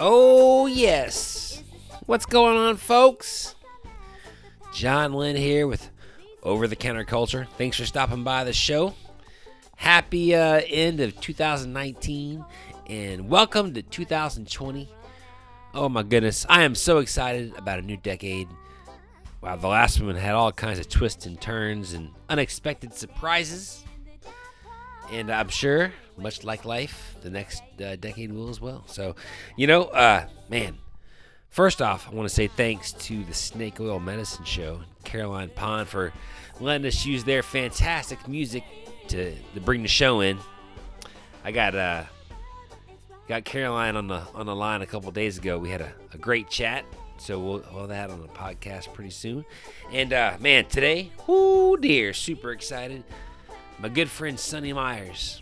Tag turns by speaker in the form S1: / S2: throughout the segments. S1: Oh, Yes. What's going on, folks? John Lynn here with Over the Counter Culture. Thanks for stopping by the show. Happy uh, end of 2019 and welcome to 2020. Oh my goodness, I am so excited about a new decade. Wow, the last one had all kinds of twists and turns and unexpected surprises. And I'm sure, much like life, the next uh, decade will as well. So, you know, uh, man, first off, I want to say thanks to the Snake Oil Medicine Show, Caroline Pond, for letting us use their fantastic music to, to bring the show in. I got uh, got Caroline on the on the line a couple days ago. We had a, a great chat, so we'll we'll have that on the podcast pretty soon. And uh, man, today, whoo dear, super excited. My good friend Sunny Myers,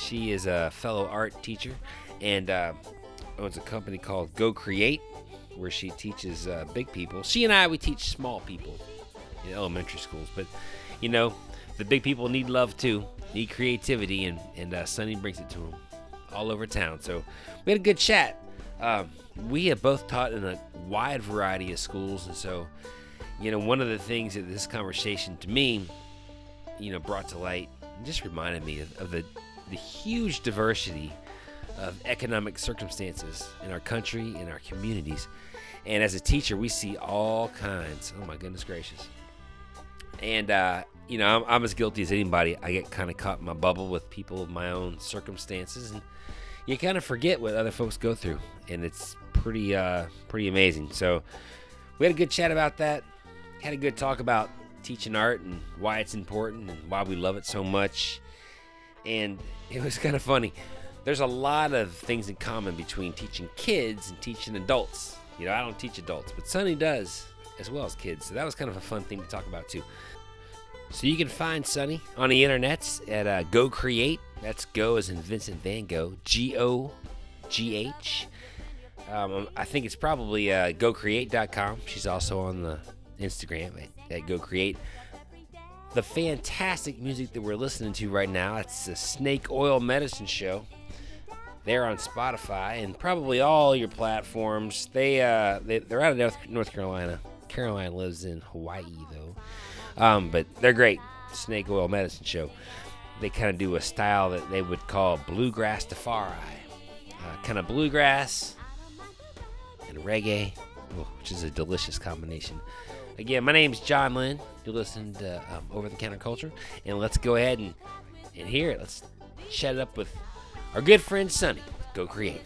S1: she is a fellow art teacher and uh, owns a company called Go Create, where she teaches uh, big people. She and I we teach small people in elementary schools, but you know the big people need love too, need creativity, and and uh, Sunny brings it to them all over town. So we had a good chat. Um, we have both taught in a wide variety of schools, and so you know one of the things that this conversation to me, you know, brought to light just reminded me of, of the the huge diversity of economic circumstances in our country, in our communities. And as a teacher, we see all kinds. Oh my goodness gracious! And uh, you know, I'm, I'm as guilty as anybody. I get kind of caught in my bubble with people of my own circumstances, and you kind of forget what other folks go through, and it's pretty uh, pretty amazing. So we had a good chat about that. Had a good talk about teaching art and why it's important and why we love it so much. And it was kind of funny. There's a lot of things in common between teaching kids and teaching adults. You know, I don't teach adults, but Sonny does as well as kids. So that was kind of a fun thing to talk about too. So you can find Sonny on the internets at uh, Go Create. That's Go as in Vincent Van Gogh. G O G H. Um, I think it's probably uh, GoCreate.com. She's also on the Instagram at, at GoCreate. The fantastic music that we're listening to right now, it's the Snake Oil Medicine Show. They're on Spotify and probably all your platforms. They, uh, they they're out of North, North Carolina. Caroline lives in Hawaii though. Um, but they're great. Snake Oil Medicine Show. They kind of do a style that they would call bluegrass Tafari. Uh, kind of bluegrass and reggae, oh, which is a delicious combination. Again, my name's John Lynn. You're listening to um, Over the Counter Culture. And let's go ahead and, and hear it. Let's chat it up with our good friend Sonny. Go create.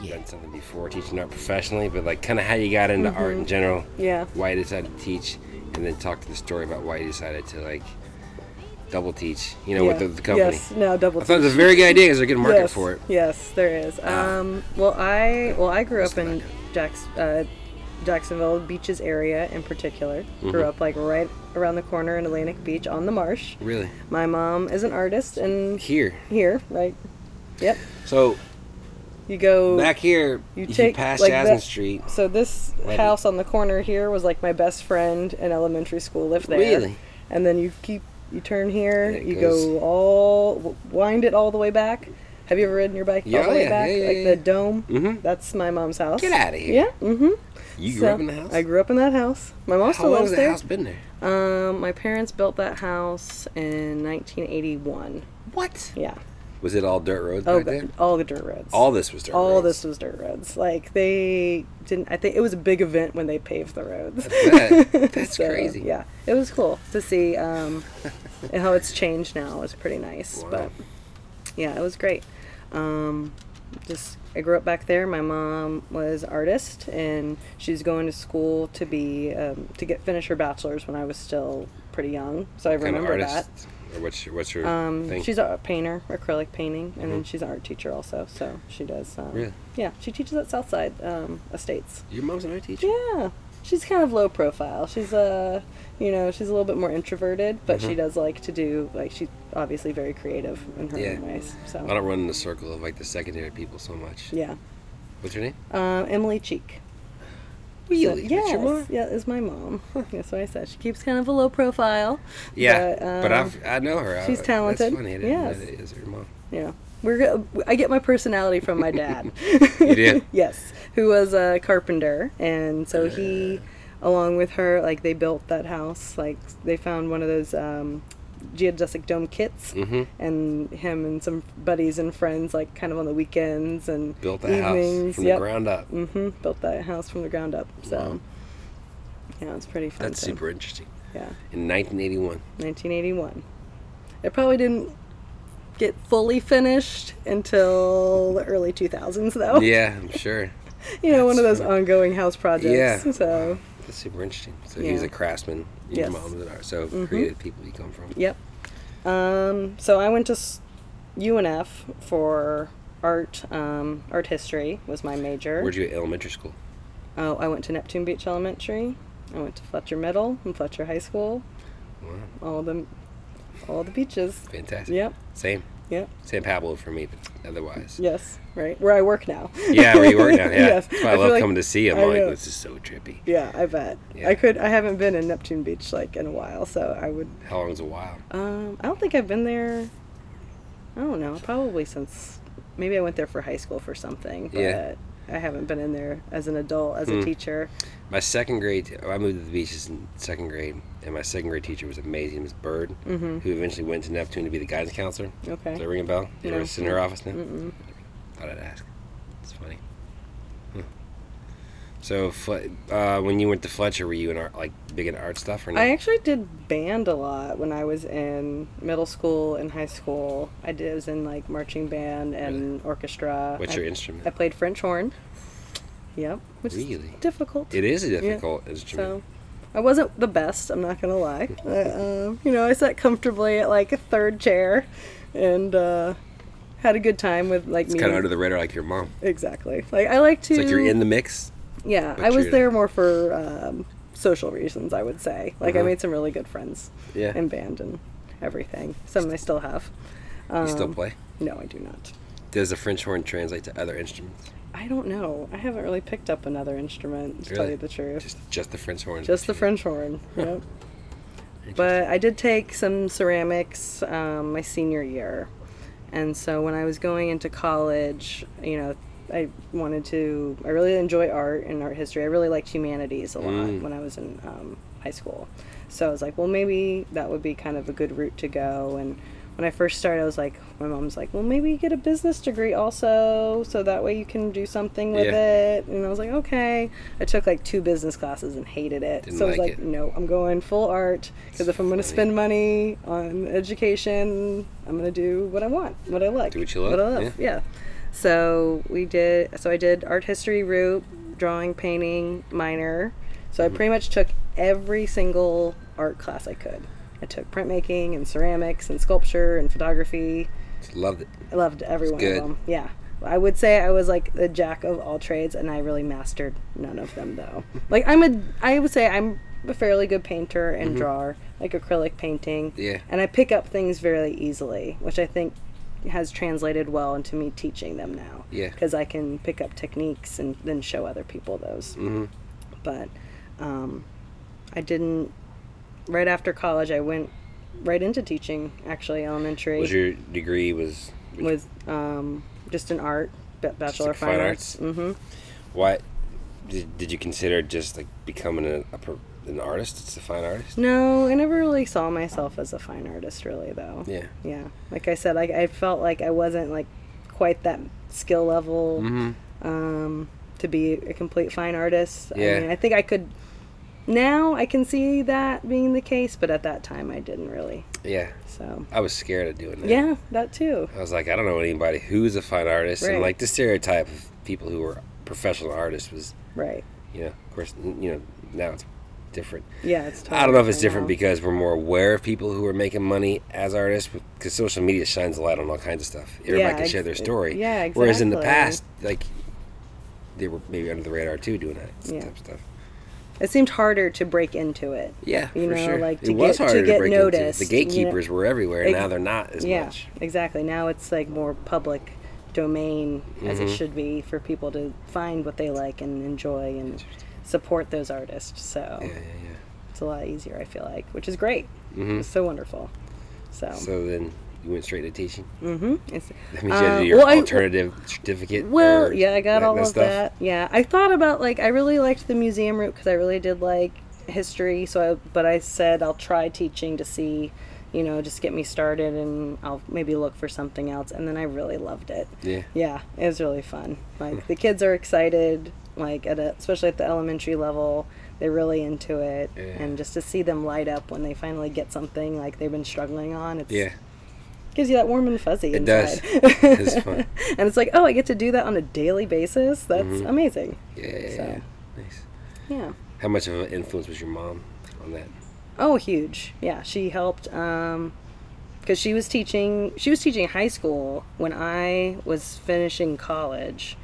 S2: You've done something before teaching art professionally, but like kind of how you got into art in general,
S3: Mm-hmm. Yeah.
S2: why you decided to teach, and then talk to the story about why you decided to like double teach, you know, with
S3: Yeah.
S2: the, the company.
S3: Yes, no, double.
S2: I thought it was
S3: teach.
S2: a very good idea because there's a good market
S3: yes,
S2: for it. Ah.
S3: Yes, there is. Um, well, I well I grew up in Jacks, uh, Jacksonville Beaches area in particular. Grew
S2: Mm-hmm.
S3: up like right around the corner in Atlantic Beach on the marsh.
S2: Really?
S3: My mom is an artist, and
S2: Here.
S3: here, right? Yep.
S2: So
S3: You go
S2: back here,
S3: you
S2: if
S3: take,
S2: you pass
S3: like,
S2: Jasmine
S3: that-
S2: Street.
S3: So this
S2: Right.
S3: house on the corner here was like my best friend in elementary school lived there.
S2: Really?
S3: And then you keep you turn here,
S2: Yeah, it
S3: you
S2: goes-
S3: go all w- wind it all the way back. Have you ever ridden your bike
S2: Yeah,
S3: all the way
S2: yeah,
S3: back,
S2: yeah, yeah,
S3: like
S2: yeah.
S3: the dome?
S2: Mhm.
S3: That's my mom's house.
S2: Get out of here.
S3: Yeah. Mm-hmm.
S2: You grew up in the house?
S3: I grew up in that house. My mom
S2: How
S3: still
S2: long has
S3: lives
S2: the
S3: there.
S2: house been there?
S3: Um, my parents built that house in 1981.
S2: What?
S3: Yeah.
S2: Was it all dirt roads
S3: Oh,
S2: back there?
S3: God. all the dirt roads.
S2: All this was dirt
S3: all
S2: roads.
S3: this was dirt roads. Like they didn't. I think it was a big event when they paved the roads.
S2: That- that's
S3: So,
S2: crazy.
S3: Yeah, it was cool to see um, and how it's changed now. It's pretty nice,
S2: Wow.
S3: but yeah, it was great. Um, just I grew up back there. My mom was artist, and she's going to school to be um, to get finish her bachelor's when I was still pretty young. So I
S2: What kind of
S3: remember that.
S2: artist? Or what's your, what's your
S3: Um,
S2: thing?
S3: She's a painter, acrylic painting, and then she's an art teacher also. So she does. Um,
S2: Mm-hmm. Really?
S3: Yeah, she teaches at Southside um, Estates.
S2: your mom's an art teacher?
S3: Yeah, she's kind of low profile. She's uh, you know, she's a little bit more introverted, but
S2: Mm-hmm.
S3: she does like to do like she's obviously very creative in her
S2: Yeah.
S3: own ways.
S2: I
S3: So
S2: don't run in the circle of like the secondary people so much.
S3: yeah,
S2: What's your name?
S3: um, Emily Cheek. So-
S2: Really?
S3: yes,
S2: That's your mom?
S3: yeah, is my mom. That's what I said. She keeps kind of a low profile.
S2: Yeah,
S3: but,
S2: but,
S3: um,
S2: I've, I know her. I-
S3: she's
S2: That's
S3: talented.
S2: funny. I didn't know
S3: Yes.
S2: that it is her mom.
S3: Yeah. We're go- I get my personality from my dad.
S1: You do?
S3: yes, who was a carpenter, and so he, along with her, like they built that house. Like they found one of those um, geodesic dome kits,
S1: Mm-hmm.
S3: and him and some buddies and friends, like kind of on the weekends and
S1: Built that house
S3: evenings,
S1: from
S3: yep,
S1: the ground up.
S3: hmm built that house from the ground up. So yeah, it's pretty fun.
S1: That's
S3: thing.
S1: super interesting.
S3: Yeah.
S1: In 1981.
S3: 1981. It probably didn't get fully finished until the early 2000s, though.
S1: Yeah, I'm sure.
S3: you know, one of
S1: that's
S3: those ongoing house projects.
S1: Yeah.
S3: So,
S1: That's super interesting. So he was
S3: Yeah.
S1: a craftsman. Your
S3: Yes. Mm-hmm.
S1: mom's an artist. So creative people you come from.
S3: yep. Um, so I went to s- UNF for art. Um, art history was my major.
S1: Where'd you at elementary school?
S3: oh, I went to Neptune Beach Elementary. I went to Fletcher Middle and Fletcher High School.
S1: Wow,
S3: All the, all the beaches.
S1: fantastic.
S3: Yep.
S1: Same.
S3: Yep.
S1: San Pablo for me, but otherwise.
S3: Yes. Right. Where I work now.
S1: Yeah, where you work now. Yeah.
S3: Yes.
S1: That's why I,
S3: I feel
S1: love
S3: like-
S1: coming to see him.
S3: I
S1: I'm like,
S3: know.
S1: this is so trippy.
S3: Yeah, I bet.
S1: Yeah.
S3: I could. I haven't been in Neptune Beach like in a while, so I would.
S1: How long's a while?
S3: Um, I don't think I've been there. I don't know. Probably since maybe I went there for high school for something. But
S1: Yeah. Hmm.
S3: I haven't been in there as an adult as a teacher.
S1: My second grade, I moved to the beaches in second grade, and my second grade teacher was amazing, Miss Bird,
S3: Mm-hmm.
S1: who eventually went to Neptune to be the guidance counselor.
S3: Okay.
S1: Does that ring a bell? You
S3: No.
S1: ever sit in her office now? Thought I'd ask. It's funny. Hmm. So, Fle- uh, when you went to Fletcher, were you in art, like big into art stuff or not?
S3: I actually did band a lot when I was in middle school and high school. I did I was in like marching band and orchestra.
S1: What's
S3: I,
S1: your instrument?
S3: I played French horn. Yep. Which
S1: Really?
S3: is difficult.
S1: it is a difficult instrument.
S3: So I wasn't the best, I'm not gonna lie. I, uh, you know, I sat comfortably at like a third chair and uh, had a good time with like
S1: It's kind of under the radar, like your mom.
S3: Exactly. Like I like to
S1: It's like you're in the mix.
S3: Yeah,
S1: but
S3: I was
S1: you're-
S3: there more for um, social reasons, I would say. Like I
S1: Uh-huh.
S3: made some really good friends
S1: Yeah.
S3: in band and everything. Some I still have.
S1: you
S3: um,
S1: still play.
S3: No, I do not.
S1: Does the French horn translate to other instruments?
S3: I don't know. I haven't really picked up another instrument, to tell
S1: Really?
S3: you the truth.
S1: Just, just the French horn.
S3: Just the French horn. Yep. but I did take some ceramics um, my senior year, and so when I was going into college, you know, I wanted to. I really enjoy art and art history. I really liked humanities a lot
S1: Mm.
S3: when I was in um, high school. So I was like, well, maybe that would be kind of a good route to go. And when I first started, I was like, my mom's like, well, maybe you get a business degree also, so that way you can do something with
S1: Yeah.
S3: it it, and I was like, okay. I took like two business classes and hated it.
S1: Didn't
S3: so I was
S1: like
S3: like,
S1: it.
S3: no, I'm going full art because if I'm going to
S1: Funny.
S3: spend money on education, I'm going to do what I want, what I like,
S1: Do what you love,
S3: what I love. Yeah. So we did. So I did art history route, drawing, painting minor. So
S1: Mm-hmm.
S3: I pretty much took every single art class I could. I took printmaking and ceramics and sculpture and photography.
S1: Loved it.
S3: I loved every one
S1: good.
S3: of them. Yeah. I would say I was like the jack of all trades and I really mastered none of them though. like I'm a I would say I'm a fairly good painter and drawer, like acrylic painting.
S1: Mm-hmm. Yeah.
S3: And I pick up things very easily, which I think has translated well into me teaching them now.
S1: Yeah.
S3: Because I can pick up techniques and then show other people those. Mm-hmm. But um, I didn't. Right after college, I went right into teaching. Actually, elementary
S1: Was your degree was
S3: was um, just an art ba- bachelor
S1: like
S3: of fine arts. Mm-hmm.
S1: what? Did, did you consider just like becoming a, a pro- an artist? It's a fine
S3: Mm.
S1: artist.
S3: No, I never really saw myself as a fine artist, really though.
S1: Yeah.
S3: Yeah, like I said, like I felt like I wasn't like quite that skill level um, to be a complete fine artist.
S1: Mm-hmm. Yeah.
S3: I mean, I think I could. Now I can see that being the case, but at that time I didn't really.
S1: Yeah.
S3: So
S1: I was scared of doing that.
S3: yeah, that too.
S1: I was like, I don't know anybody who's a fine artist, and
S3: Right.
S1: like the stereotype of people who were professional artists was,
S3: Right.
S1: you know, of course, n- you know, now it's different.
S3: Yeah, it's. Totally
S1: I don't know if it's different
S3: different now.
S1: because we're more aware of people who are making money as artists because social media shines a light on all kinds of stuff. Everybody
S3: Yeah,
S1: can share their
S3: ex-
S1: story.
S3: yeah,
S1: Whereas in the
S3: exactly.
S1: past, like, they were maybe under the radar too doing that
S3: Yeah.
S1: type of stuff.
S3: it seemed harder to break into it.
S1: Yeah,
S3: You
S1: for
S3: know,
S1: sure.
S3: like,
S1: it
S3: to
S1: was
S3: get- to
S1: harder
S3: get
S1: break into.
S3: noticed,
S1: The
S3: you know.
S1: gatekeepers were everywhere, and
S3: Ex-
S1: now they're not as
S3: yeah,
S1: much.
S3: exactly. Now it's like more public domain as
S1: Mm-hmm.
S3: it should be for people to find what they like and enjoy and support those artists. So
S1: Yeah, yeah,
S3: it's a lot easier, I feel like, which is great. It's so wonderful. So,
S1: yeah. So then You went straight to teaching.
S3: Mm-hmm. It's,
S1: That means you had to
S3: Uh,
S1: do your
S3: well, I-
S1: alternative certificate.
S3: well,
S1: or
S3: yeah, I got
S1: that-
S3: all
S1: that
S3: of
S1: stuff.
S3: that. Yeah, I thought about like I really liked the museum route because I really did like history. So, I, but I said I'll try teaching to see, you know, just get me started, and I'll maybe look for something else. And then I really loved it.
S1: Yeah.
S3: Yeah, it was really fun. Like the kids are excited, like at a, especially at the elementary level, they're really into it,
S1: Yeah.
S3: and just to see them light up when they finally get something like they've been struggling on, it's
S1: Yeah.
S3: gives you that warm and fuzzy.
S1: It does.
S3: inside.
S1: It's fun.
S3: and it's like, oh, I get to do that on a daily basis. That's amazing.
S1: Yeah.
S3: So.
S1: Nice.
S3: Yeah.
S1: How much of an influence was your mom on that?
S3: Oh, huge. Yeah, she helped um because she was teaching she was teaching high school when I was finishing college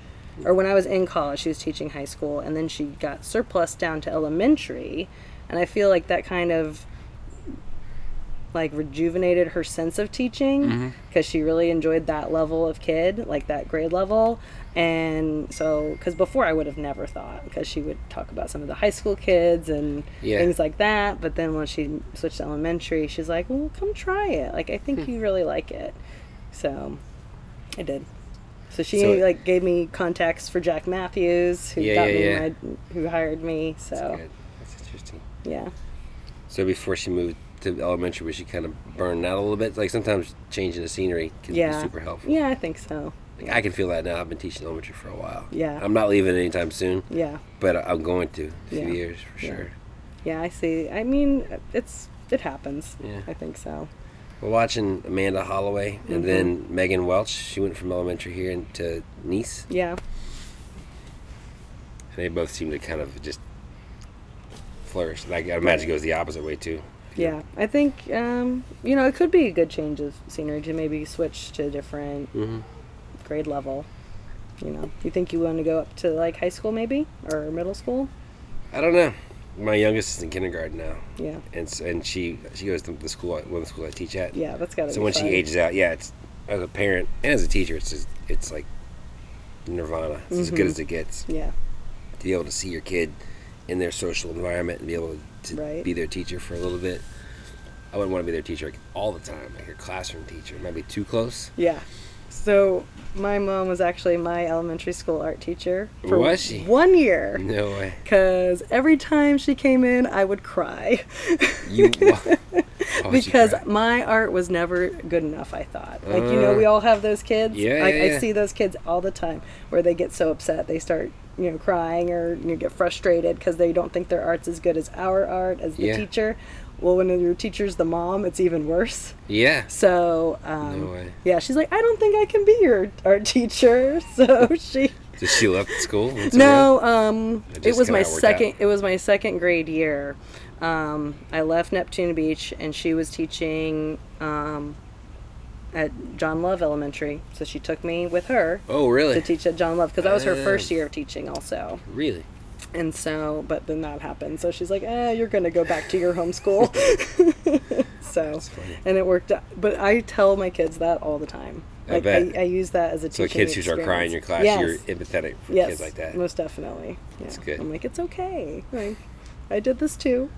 S3: or when I was in college, she was teaching high school and then she got surplus down to elementary and I feel like that kind of like rejuvenated her sense of
S1: Mm-hmm.
S3: teaching because she really enjoyed that level of kid, like that grade level. And so, because before I would have never thought, because she would talk about some of the high school kids and
S1: Yeah.
S3: things like that. But then when she switched to elementary, she's like, well, come try it. Like, I
S1: Hmm.
S3: think you really like it. So I did. So she
S1: So-
S3: like gave me contacts for Jack Matthews, who
S1: Yeah,
S3: got
S1: yeah,
S3: me
S1: yeah.
S3: my, who hired me. So
S1: Good. That's interesting.
S3: yeah.
S1: So before she moved to elementary, was she kind of burned out a little bit? Like sometimes changing the scenery can
S3: Yeah.
S1: be super helpful.
S3: Yeah, I think so.
S1: Like, I can feel that now. I've been teaching elementary for a while.
S3: Yeah.
S1: I'm not leaving anytime soon,
S3: Yeah.
S1: but I- I'm going to. A few
S3: Yeah.
S1: years for
S3: Yeah.
S1: sure.
S3: Yeah, I see. I mean, it's it happens.
S1: Yeah.
S3: I think so.
S1: We're watching Amanda Holloway
S3: Mm-hmm.
S1: and then Megan Welch. She went from elementary here into Nice.
S3: Yeah.
S1: And they both seem to kind of just flourish. Like I imagine it goes the opposite way too.
S3: Yeah. I think um, you know, it could be a good change of scenery to maybe switch to a different
S1: Mm-hmm.
S3: grade level. You know, you think you want to go up to like high school maybe or middle school?
S1: I don't know. My youngest is in kindergarten now,
S3: Yeah.
S1: and s and she she goes to the school I- one of the schools I teach at.
S3: Yeah, that's got to
S1: So
S3: be
S1: when
S3: fun.
S1: she ages out, yeah, it's as a parent and as a teacher, it's just, it's like nirvana. It's as
S3: Mm-hmm.
S1: good as it gets
S3: Yeah.
S1: to be able to see your kid in their social environment and be able to
S3: Right.
S1: be their teacher for a little bit. I wouldn't want to be their teacher like, all the time, like your classroom teacher. It might be too close.
S3: Yeah. So my mom was actually my elementary school art teacher for
S1: Was she?
S3: one year.
S1: No way.
S3: Because every time she came in, I would cry.
S1: You. Oh, why would you
S3: because
S1: cry?
S3: my art was never good enough i thought like you know we all have those kids
S1: Oh. Yeah,
S3: like
S1: yeah, yeah.
S3: i see those kids all the time where they get so upset they start you know crying or you know, get frustrated because they don't think their art's as good as our art as the
S1: Yeah.
S3: teacher well when your teacher's the mom it's even worse
S1: Yeah.
S3: so um,
S1: No way.
S3: yeah she's like i don't think i can be your art teacher so she
S1: So she left school. went somewhere?
S3: no, um,
S1: It
S3: it,
S1: just
S3: was my
S1: kinda worked out.
S3: second. It was my second grade year. Um, I left Neptune Beach, and she was teaching um, at John Love Elementary. So she took me with her
S1: Oh really?
S3: to teach at John Love because that was her
S1: Ah.
S3: first year of teaching, also.
S1: Really?
S3: And so, but then that happened. So she's like, "Eh, you're gonna go back to your homeschool." so,
S1: funny.
S3: and it worked out. But I tell my kids that all the time.
S1: I
S3: Like,
S1: bet.
S3: I, I use that as a
S1: So
S3: teaching
S1: kids who start crying in your
S3: experience.
S1: class,
S3: Yes.
S1: you're empathetic for kids like that.
S3: Most definitely. Yeah.
S1: That's good.
S3: I'm like, it's okay. Like, I did this too.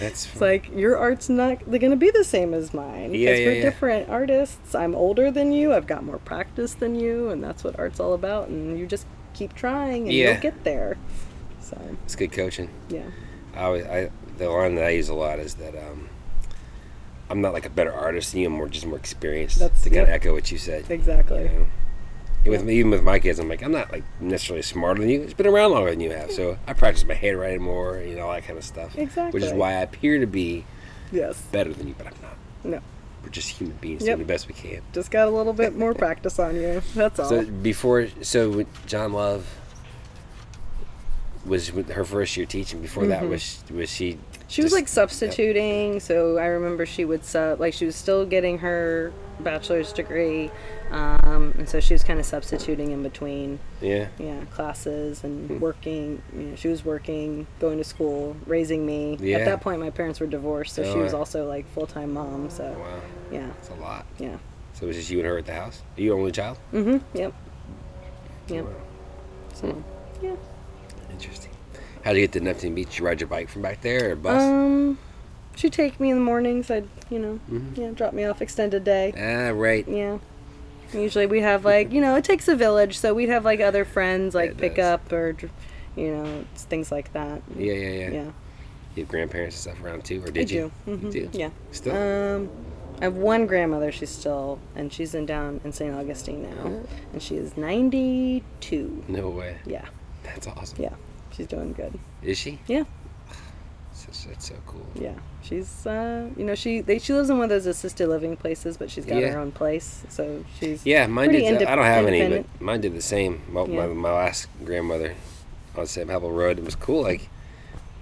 S1: That's
S3: It's like your art's not they're gonna be the same as mine.
S1: Yeah,
S3: because
S1: yeah,
S3: we're
S1: yeah.
S3: different artists. I'm older than you, I've got more practice than you, and that's what art's all about and you just keep trying and
S1: Yeah.
S3: you'll get there. So
S1: it's good coaching.
S3: yeah.
S1: I, always- I the line that I use a lot is that um, I'm not like a better artist than you. I'm more just more experienced.
S3: That's-
S1: to kind of
S3: yep.
S1: echo what you said.
S3: Exactly.
S1: You know? And With even with my kids, I'm like I'm not like necessarily smarter than you. It's been around longer than you have, so I practice my handwriting more, you know, all that kind of stuff. Which is
S3: Exactly.
S1: why I appear to be
S3: Yes.
S1: better than you, but I'm not.
S3: No.
S1: We're just human beings
S3: Yep.
S1: doing the best we can.
S3: Just got a little bit more practice on you. That's all.
S1: So before, so with John Love was with her first year teaching. Before
S3: Mm-hmm.
S1: that, was was she?
S3: She was
S1: just-
S3: like substituting, so I remember she would sub like she was still getting her bachelor's degree, um, and so she was kind of substituting in between,
S1: Yeah.
S3: yeah, classes and
S1: Hmm.
S3: working. You know, she was working, going to school, raising me.
S1: Yeah.
S3: At that point, my parents were divorced, so
S1: Oh,
S3: she was
S1: yeah.
S3: also like full time mom. So
S1: Wow,
S3: yeah,
S1: that's a lot.
S3: yeah,
S1: So it was just you and her at the house. Are you only child?
S3: yep, yep.
S1: Wow, Hmm.
S3: So yeah.
S1: interesting. How do you get to Neptune Beach? You ride your bike from back there or bus?
S3: Um, she'd take me in the mornings. I'd, you know,
S1: Mhm.
S3: yeah, drop me off extended day.
S1: Ah, right.
S3: Yeah. Usually we have like, you know, it takes a village, so we'd have like other friends like
S1: it
S3: pick
S1: does.
S3: up or, dr- you know, it's things like that.
S1: Yeah, yeah, yeah.
S3: Yeah.
S1: You have grandparents and stuff around too, or
S3: I
S1: did you?
S3: do. Mhm.
S1: do?
S3: Yeah.
S1: Still?
S3: Um, I have one grandmother. She's still, and she's in down in St. Augustine now, and she is 92.
S1: no way.
S3: Yeah,
S1: That's awesome.
S3: yeah, she's doing good.
S1: Is she?
S3: Yeah,
S1: That's, that's so cool.
S3: yeah, she's, uh, you know, she they, she lives in one of those assisted living places, but she's got
S1: Yeah.
S3: her own place, so she's
S1: Yeah, mine
S3: pretty
S1: did.
S3: inde-
S1: I don't have any, but
S3: independent.
S1: mine did the same. My, my,
S3: Yeah.
S1: my last grandmother on Sam Howell Road, it was cool. Like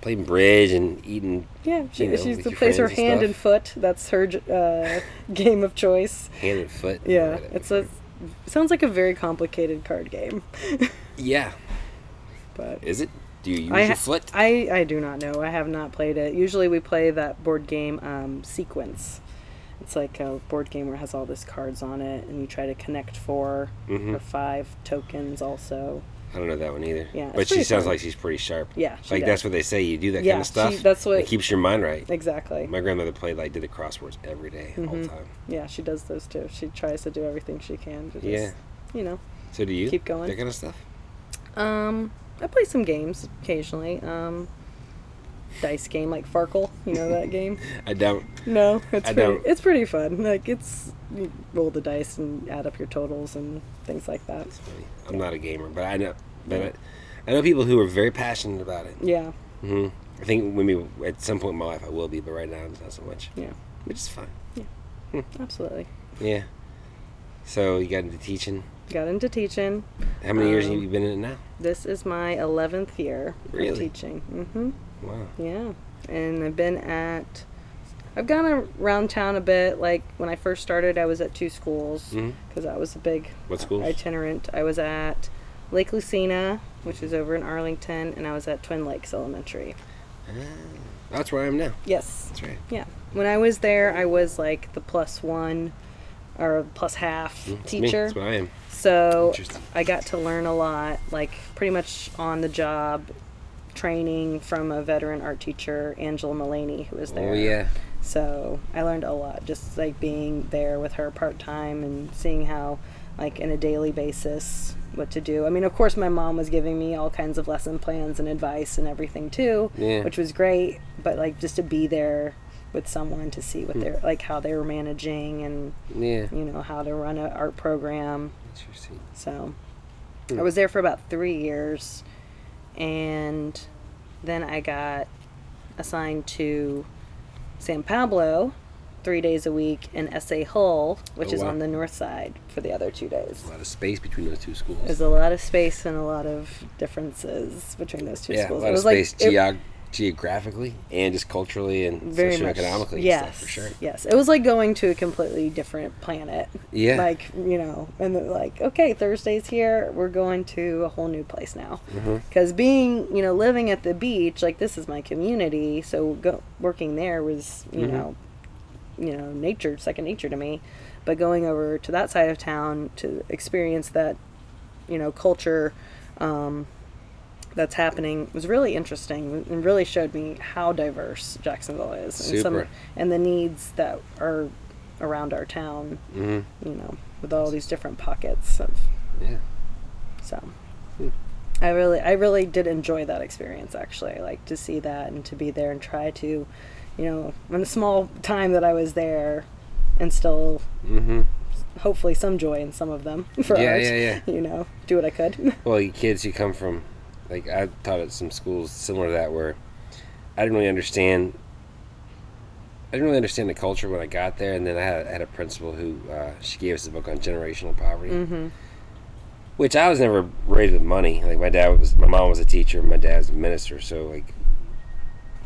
S1: playing bridge and eating
S3: yeah, she,
S1: you know,
S3: she's
S1: with
S3: the
S1: your
S3: place her
S1: friends and
S3: hand
S1: stuff.
S3: and foot. That's her j- uh, game of choice.
S1: hand and foot. and
S3: Yeah,
S1: all that
S3: it's a
S1: before.
S3: sounds like a very complicated card game,
S1: yeah.
S3: but
S1: Is it? Do you use
S3: I,
S1: your
S3: ha-
S1: foot?
S3: I I do not know. I have not played it. Usually we play that board game um, sequence. It's like a board game where it has all these cards on it, and you try to connect 4
S1: Mhm.
S3: or five tokens. Also,
S1: I don't know that one either.
S3: Yeah,
S1: but
S3: it's
S1: she
S3: pretty
S1: sounds
S3: fun.
S1: like she's pretty sharp.
S3: Yeah, she
S1: like
S3: does.
S1: that's what they say. You do that
S3: Yeah,
S1: kind of stuff.
S3: she- that's what-
S1: it keeps your mind right.
S3: exactly.
S1: My grandmother played like did the crosswords every day, all
S3: Mm-hmm.
S1: the time.
S3: Yeah, she does those too. She tries to do everything she can to just,
S1: Yeah.
S3: you know.
S1: So do you
S3: Keep going.
S1: That kind of stuff.
S3: Um, I play some games occasionally. Um, dice game like Farkle. You know that game?
S1: I don't.
S3: No, it's
S1: I
S3: pretty,
S1: don't.
S3: it's pretty fun. Like it's you roll the dice and add up your totals and things like that.
S1: It's funny. I'm not a gamer, but I know. But I, I know people who are very passionate about it.
S3: Yeah,
S1: hmm I think maybe at some point in my life I will be, but right now not so much.
S3: yeah,
S1: Which is fine.
S3: absolutely.
S1: Yeah. So you got into teaching.
S3: Got into teaching.
S1: How many years have
S3: Um,
S1: you been in it now?
S3: This is my eleventh year
S1: Really?
S3: of teaching. hmm
S1: Wow.
S3: Yeah, and I've been at. I've gone around town a bit. Like when I first started, I was at two schools because
S1: Mhm.
S3: that was a big
S1: What schools?
S3: itinerant. I was at Lake Lucina, which is over in Arlington, and I was at Twin Lakes Elementary.
S1: Ah, that's where I am now.
S3: Yes,
S1: That's right.
S3: Yeah. When I was there, I was like the plus one or plus half
S1: Mm, That's me.
S3: teacher.
S1: That's what I am.
S3: So
S1: Interesting.
S3: I got to learn a lot, like pretty much on the job training from a veteran art teacher, Angela Mullaney, who was there.
S1: Oh yeah.
S3: So I learned a lot just like being there with her part time and seeing how, like, in a daily basis, what to do. I mean, of course, my mom was giving me all kinds of lesson plans and advice and everything too,
S1: Yeah.
S3: which was great. But like, just to be there with someone to see what they're like, how they were managing, and
S1: Yeah.
S3: you know how to run an art program.
S1: Interesting.
S3: So
S1: Hmm.
S3: I was there for about three years, and then I got assigned to San Pablo three days a week and SA Hull, which
S1: Oh,
S3: is
S1: wow.
S3: on the north side, for the other two days.
S1: A lot of space between those two schools.
S3: There's a lot of space and a lot of differences between those two
S1: yeah,
S3: schools.
S1: a lot
S3: it
S1: of
S3: was like-
S1: space
S3: it-
S1: geog- geographically and just culturally and
S3: very much
S1: socioeconomically and
S3: yes
S1: stuff for sure.
S3: yes it was like going to a completely different planet
S1: Yeah.
S3: like you know and they're like okay thursday's here we're going to a whole new place now because being you know living at the beach like this is my community so go, working there was you know you know nature second nature to me but going over to that side of town to experience that you know culture um, that's happening was really interesting and really showed me how diverse Jacksonville is and
S1: Super.
S3: and the needs that are around our town.
S1: Mm-hmm.
S3: You know, with all these different pockets of
S1: Yeah.
S3: so. I really, I really did enjoy that experience. Actually, like to see that and to be there and try to, you know, in the small time that I was there, instill
S1: Mm-hmm.
S3: hopefully some joy in some of them for
S1: Yeah,
S3: ours.
S1: yeah, yeah.
S3: You know, do what I could.
S1: Well, you kids who come from, like, I taught at some schools similar to that where I didn't really understand. I didn't really understand the culture when I got there, and then I had, I had a principal who uh, she gave us a book on generational poverty,
S3: mm-hmm.
S1: which I was never raised with money. Like my dad was, my mom was a teacher, and my dad's a minister, so like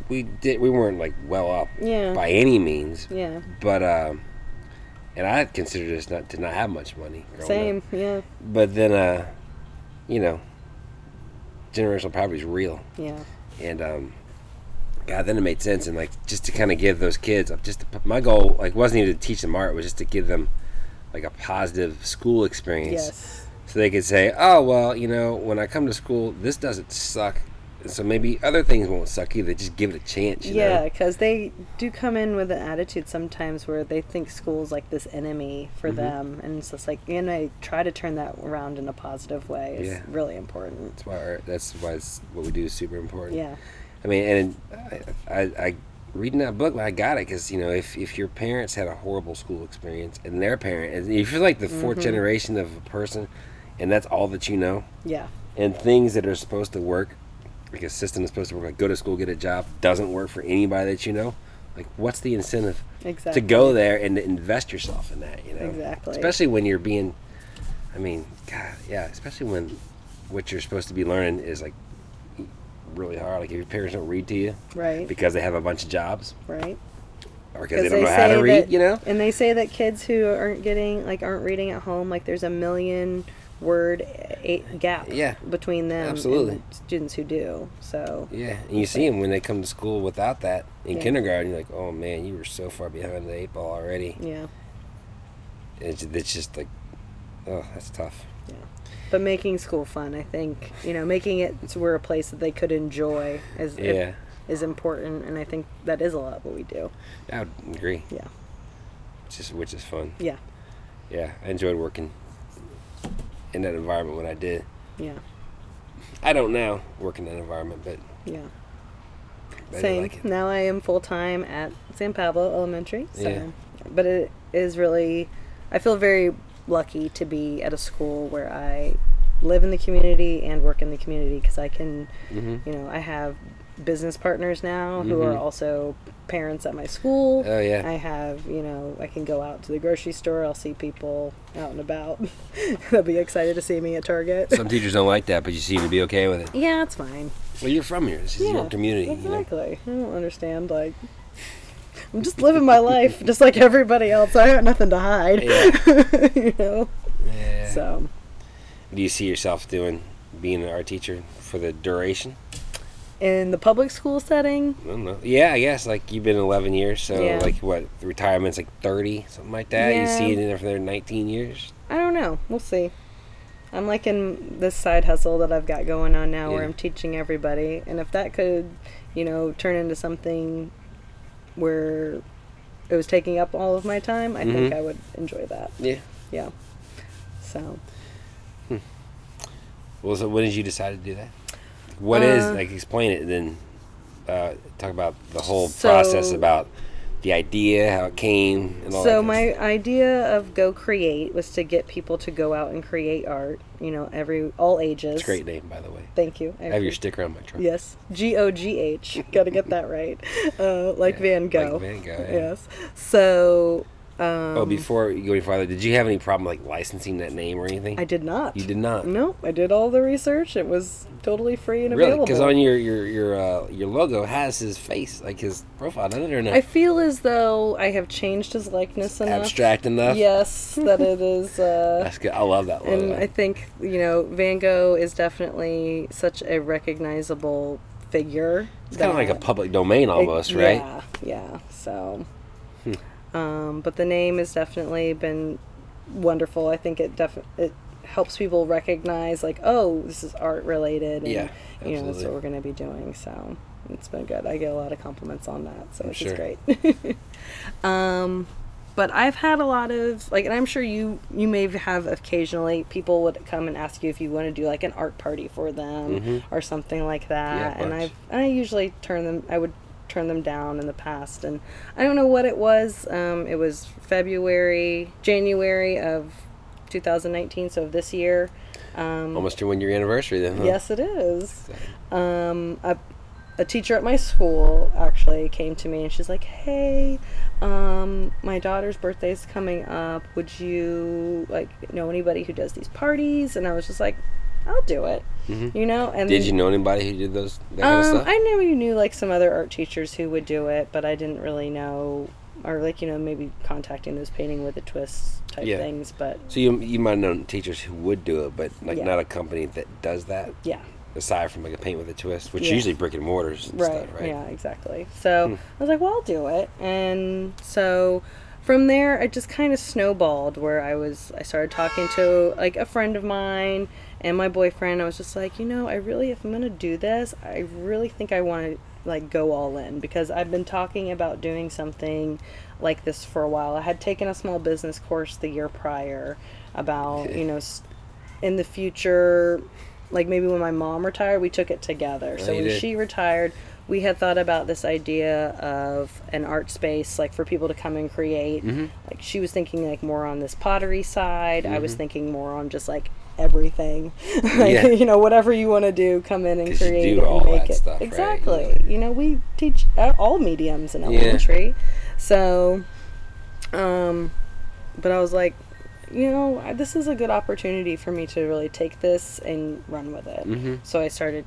S1: we did, we weren't like well off
S3: Yeah.
S1: by any means,
S3: Yeah.
S1: but um, and I considered us not to not have much money. growing up.
S3: Same. Yeah.
S1: But then, uh, you know, generational poverty is real,
S3: Yeah.
S1: and um, God, then it made sense. And like, just to kind of give those kids, uh, just to, my goal, like, wasn't even to teach them art, it was just to give them like a positive school experience,
S3: Yes.
S1: so they could say, oh well, you know, when I come to school, this doesn't suck. so maybe other things won't suck either. Just give it a chance. You
S3: Yeah,
S1: Know?
S3: because they do come in with an attitude sometimes where they think school's like this enemy for
S1: Mm-hmm.
S3: them, and it's just like you know try to turn that around in a positive way is
S1: Yeah.
S3: really important.
S1: That's why our, that's why it's, what we do is super important.
S3: Yeah,
S1: I mean, and I, I, I reading that book, I got it because you know, if, if your parents had a horrible school experience and their parent, and if you're like the 4th generation of a person, and that's all that you know,
S3: yeah,
S1: and things that are supposed to work, like a system that's supposed to work, like go to school, get a job, doesn't work for anybody that you know. Like, what's the incentive
S3: exactly.
S1: to go there and to invest yourself in that? You know,
S3: Exactly.
S1: Especially when you're being, I mean, God, yeah. Especially when what you're supposed to be learning is like really hard. Like if your parents don't read to you
S3: right,
S1: because they have a bunch of jobs
S3: right.
S1: or because they
S3: 'Cause
S1: don't know how to
S3: say
S1: read,
S3: that-
S1: you know.
S3: And they say that kids who aren't getting like aren't reading at home, like there's a million word a- gap
S1: Yeah.
S3: between them
S1: Absolutely.
S3: and students who do. So
S1: Yeah, and you see them when they come to school without that in
S3: Yeah.
S1: kindergarten. You're like, oh man, you were so far behind the eight ball already.
S3: yeah,
S1: it's, it's just like oh that's tough
S3: but making school fun, I think you know, making it to where a place that they could enjoy is
S1: yeah
S3: is important, and I think that is a lot what we do.
S1: i would agree
S3: Yeah,
S1: it's just which is fun
S3: yeah,
S1: yeah i enjoyed working in that environment when i did
S3: yeah,
S1: i don't now work in that environment but
S3: yeah.
S1: but
S3: Same.
S1: i like it
S3: Now I am full time at San Pablo Elementary. So,
S1: Yeah.
S3: but it is really, I feel very lucky to be at a school where I live in the community and work in the community because I can,
S1: Mm-hmm.
S3: you know, I have business partners now who are also parents at my school.
S1: Oh, yeah.
S3: I have, you know, I can go out to the grocery store. I'll see people out and about. They'll be excited to see me at Target.
S1: some teachers don't like that but you seem to be okay with it
S3: yeah, it's fine.
S1: well you're from here this is your community
S3: Exactly. I don't understand. Like, I'm just living my life just like everybody else. I got nothing to hide. you know?
S1: you know yeah.
S3: So,
S1: do you see yourself doing being an art teacher for the duration
S3: in the public school setting,
S1: i don't know yeah i guess like you've been 11 years so
S3: Yeah.
S1: like what retirement's like 30 something like that you
S3: Yeah.
S1: see it in there for their 19 years
S3: I don't know. We'll see. I'm liking this side hustle that I've got going on now where
S1: Yeah.
S3: I'm teaching everybody. And if that could, you know, turn into something where it was taking up all of my time, I think
S1: Mhm.
S3: I would enjoy that.
S1: yeah
S3: Yeah. So.
S1: Well, so when did you decide to do that? What is
S3: Uh,
S1: like? Explain it, and then uh, talk about the whole
S3: So-
S1: process about the idea, how it came, and all that.
S3: So
S1: kind
S3: my
S1: of
S3: idea of go create was to get people to go out and create art. You know, every all ages.
S1: stuff. it's a great name, by the way.
S3: Thank you.
S1: I have your sticker on my truck.
S3: Yes, G O G H. Got to get that right. Uh, like Van Gogh.
S1: Like Van Gogh. Yeah.
S3: Yes. So
S1: oh, before you go any farther, did you have any problem like licensing that name or anything?
S3: I did not.
S1: You did not.
S3: No, I did all the research. It was totally free and
S1: Really?
S3: available.
S1: Because on your your your uh, your logo has his face, like his profile. doesn't it, or no?
S3: I feel as though I have changed his likeness enough.
S1: Abstract enough.
S3: Yes, that it is. Uh,
S1: That's good. I love that logo.
S3: And I think, you know, Van Gogh is definitely such a recognizable figure.
S1: it's kind of like a public domain almost, right? Hmm.
S3: Yeah, yeah. So, um, but the name has definitely been wonderful. I think it def- it helps people recognize, like, oh, this is art related. And,
S1: Yeah,
S3: You know, that's
S1: absolutely.
S3: what we're going to be doing. So, it's been good. I get a lot of compliments on that. So, which
S1: sure.
S3: is great. um, but I've had a lot of like, and I'm sure you you may have occasionally people would come and ask you if you want to do like an art party for them or something like that.
S1: Mm-hmm. Yeah,
S3: and
S1: bunch.
S3: I've and I usually turn them. I would turn them down in the past, and I don't know what it was. Um, it was February, January of 2019, so this year. um,
S1: Almost to one year anniversary then. Huh?
S3: Yes, it is. Um, a, a teacher at my school actually came to me and she's like, "Hey, um, my daughter's birthday's coming up. Would you like know anybody who does these parties?" And I was just like, "I'll do it." You know? And
S1: Mm-hmm. Did you know anybody who did those that kind of
S3: um,
S1: stuff?
S3: I knew you knew like some other art teachers who would do it, but I didn't really know, or like you know maybe contacting those painting with a twist type
S1: Yeah.
S3: things. But
S1: So you you might have known teachers who would do it, but like
S3: Yeah.
S1: not a company that does that.
S3: yeah,
S1: Aside from like a paint with a twist, which
S3: Yeah.
S1: is usually brick and mortars and Hmm.
S3: right,
S1: stuff, right?
S3: Yeah, exactly. So I was like, well, I'll do it. And so from there, I just kind of snowballed where I was. I started talking to like a friend of mine and my boyfriend. I was just like, you know, I really, if I'm gonna do this, I really think I want to like go all in because I've been talking about doing something like this for a while. I had taken a small business course the year prior about you know s- in the future like maybe when my mom retired we took it together so
S1: Oh, you
S3: when
S1: did.
S3: she retired we had thought about this idea of an art space like for people to come and create
S1: Mm-hmm.
S3: like she was thinking like more on this pottery side i was thinking more on just like everything like
S1: Mm-hmm. Yeah.
S3: you know whatever you want to do come in and
S1: 'Cause you
S3: create
S1: do
S3: it
S1: all
S3: and make
S1: that
S3: it
S1: stuff, right? You
S3: exactly
S1: really
S3: you know we teach uh, all mediums in elementary so um but i was like you know I- this is a good opportunity for me to really take this and run with it
S1: Mm-hmm.
S3: so i started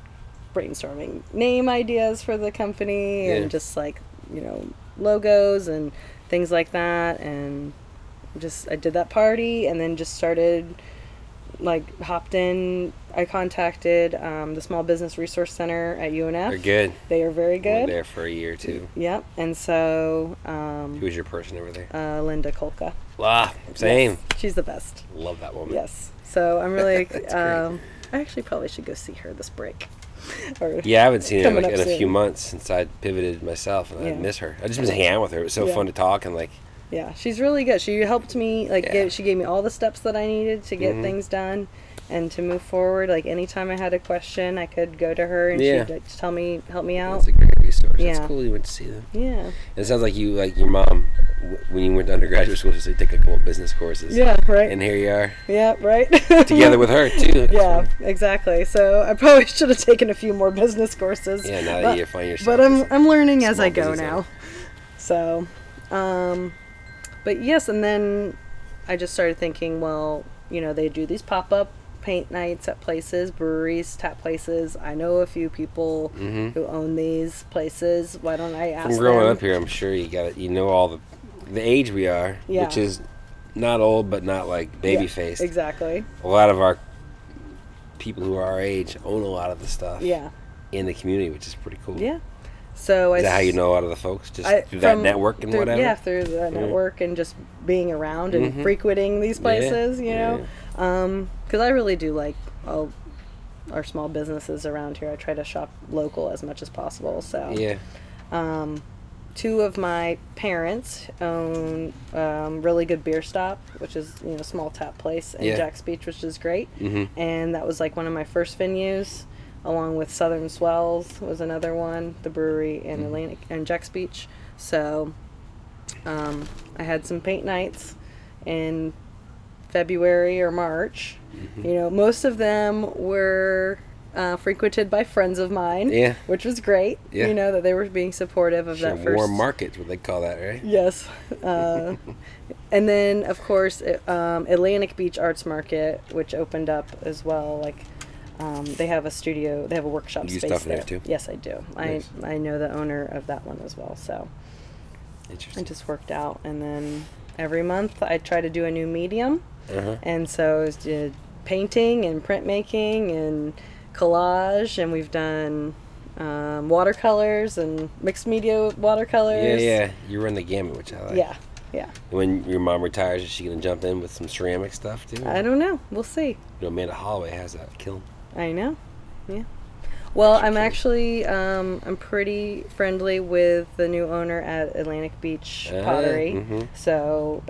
S3: brainstorming name ideas for the company
S1: Yeah.
S3: and just like you know logos and things like that and just i did that party and then just started like hopped in i contacted um, the small business resource center at unf
S1: They're good.
S3: they are
S1: I
S3: very
S1: Went
S3: good Mm-hmm.
S1: there for a year or two.
S3: yep and so um,
S1: Who was your person over there?
S3: uh, linda kolka
S1: Ah, same.
S3: she's the best
S1: Love that woman.
S3: yes so i'm really
S1: That's great.
S3: um, i actually probably should go see her this break or,
S1: Yeah, I haven't seen her in,
S3: Coming
S1: like, in
S3: up
S1: a few
S3: soon.
S1: months since I pivoted myself, and I
S3: Yeah.
S1: miss her. I just been hanging out with her. It was so
S3: Yeah.
S1: fun to talk and like
S3: Yeah, she's really good. She helped me like
S1: Yeah.
S3: gave, she gave me all the steps that I needed to get
S1: Mhm.
S3: things done and to move forward. Like anytime I had a question, I could go to her and
S1: Yeah.
S3: she'd like, tell me help me out.
S1: it's a great resource. It's
S3: Yeah.
S1: cool you went to see them.
S3: yeah.
S1: It sounds like you like your mom w- when you went to undergraduate school. She said take a couple of business courses.
S3: Yeah, right.
S1: And here you are
S3: yeah, right.
S1: together with her too. That's
S3: Yeah,
S1: funny.
S3: exactly. So I probably should have taken a few more business courses.
S1: Yeah. Now that
S3: but-
S1: you find yourself.
S3: but I'm I'm learning as
S1: small
S3: I go
S1: business
S3: now.
S1: owner.
S3: So, um, but yes, and then I just started thinking, well, you know, they do these pop up paint nights at places, breweries, tap places. I know a few people who own these places. Why don't I ask
S1: Mm-hmm. from growing
S3: them?
S1: up here, I'm sure you got it. You know all the the age we are,
S3: Yeah.
S1: which is not old but not like baby
S3: Yeah,
S1: faced.
S3: Exactly.
S1: A lot of our people who are our age own a lot of the stuff.
S3: Yeah.
S1: In the community, which is pretty cool.
S3: Yeah. So
S1: Is
S3: I
S1: that how you
S3: s-
S1: know a lot of the folks? Just
S3: I-
S1: through that
S3: from-
S1: network and
S3: through-
S1: whatever.
S3: Yeah, through the network and just being around and
S1: Mhm.
S3: frequenting these
S1: Yeah,
S3: places, you know. Um 'cause because I really do like all our small businesses around here. I try to shop local as much as possible. So
S1: Yeah.
S3: two of my parents own um, really good beer stop which is you know small tap place in
S1: Yeah. Mm-hmm.
S3: jack's beach which is great and that was like one of my first venues along with southern swells was another one the brewery in
S1: Mm-hmm.
S3: atlantic and jack's beach so um, i had some paint nights in february or march
S1: Mm-hmm.
S3: you know most of them were uh, frequented by friends of mine
S1: Yeah.
S3: which was great
S1: Yeah.
S3: you know that they were being supportive of
S1: Sure,
S3: that first
S1: warm markets, what they call that, right?
S3: Yes, uh, and then of course it, um, Atlantic Beach Arts Market, which opened up as well. Like um, they have a studio, they have a workshop
S1: You do
S3: space
S1: stuff in
S3: there.
S1: there, too?
S3: Yes, I do.
S1: Nice.
S3: I I know the owner of that one as well. So it
S1: Interesting.
S3: Mm-hmm. just worked out. And then every month I try to do a new medium,
S1: Uh-huh.
S3: and so I did painting and printmaking and collage, and we've done. Um, watercolors and mixed media
S1: Yeah,
S3: watercolors.
S1: yeah. You run the gamut, which I like.
S3: Yeah, yeah.
S1: When your mom retires, is she gonna jump in with some ceramic stuff too?
S3: I don't know. We'll see.
S1: You know, Amanda Holloway has that kiln.
S3: I know. Yeah. Well, I'm
S1: Okay.
S3: actually um, I'm pretty friendly with the new owner at Atlantic Beach
S1: Ah,
S3: Pottery.
S1: mhm.
S3: So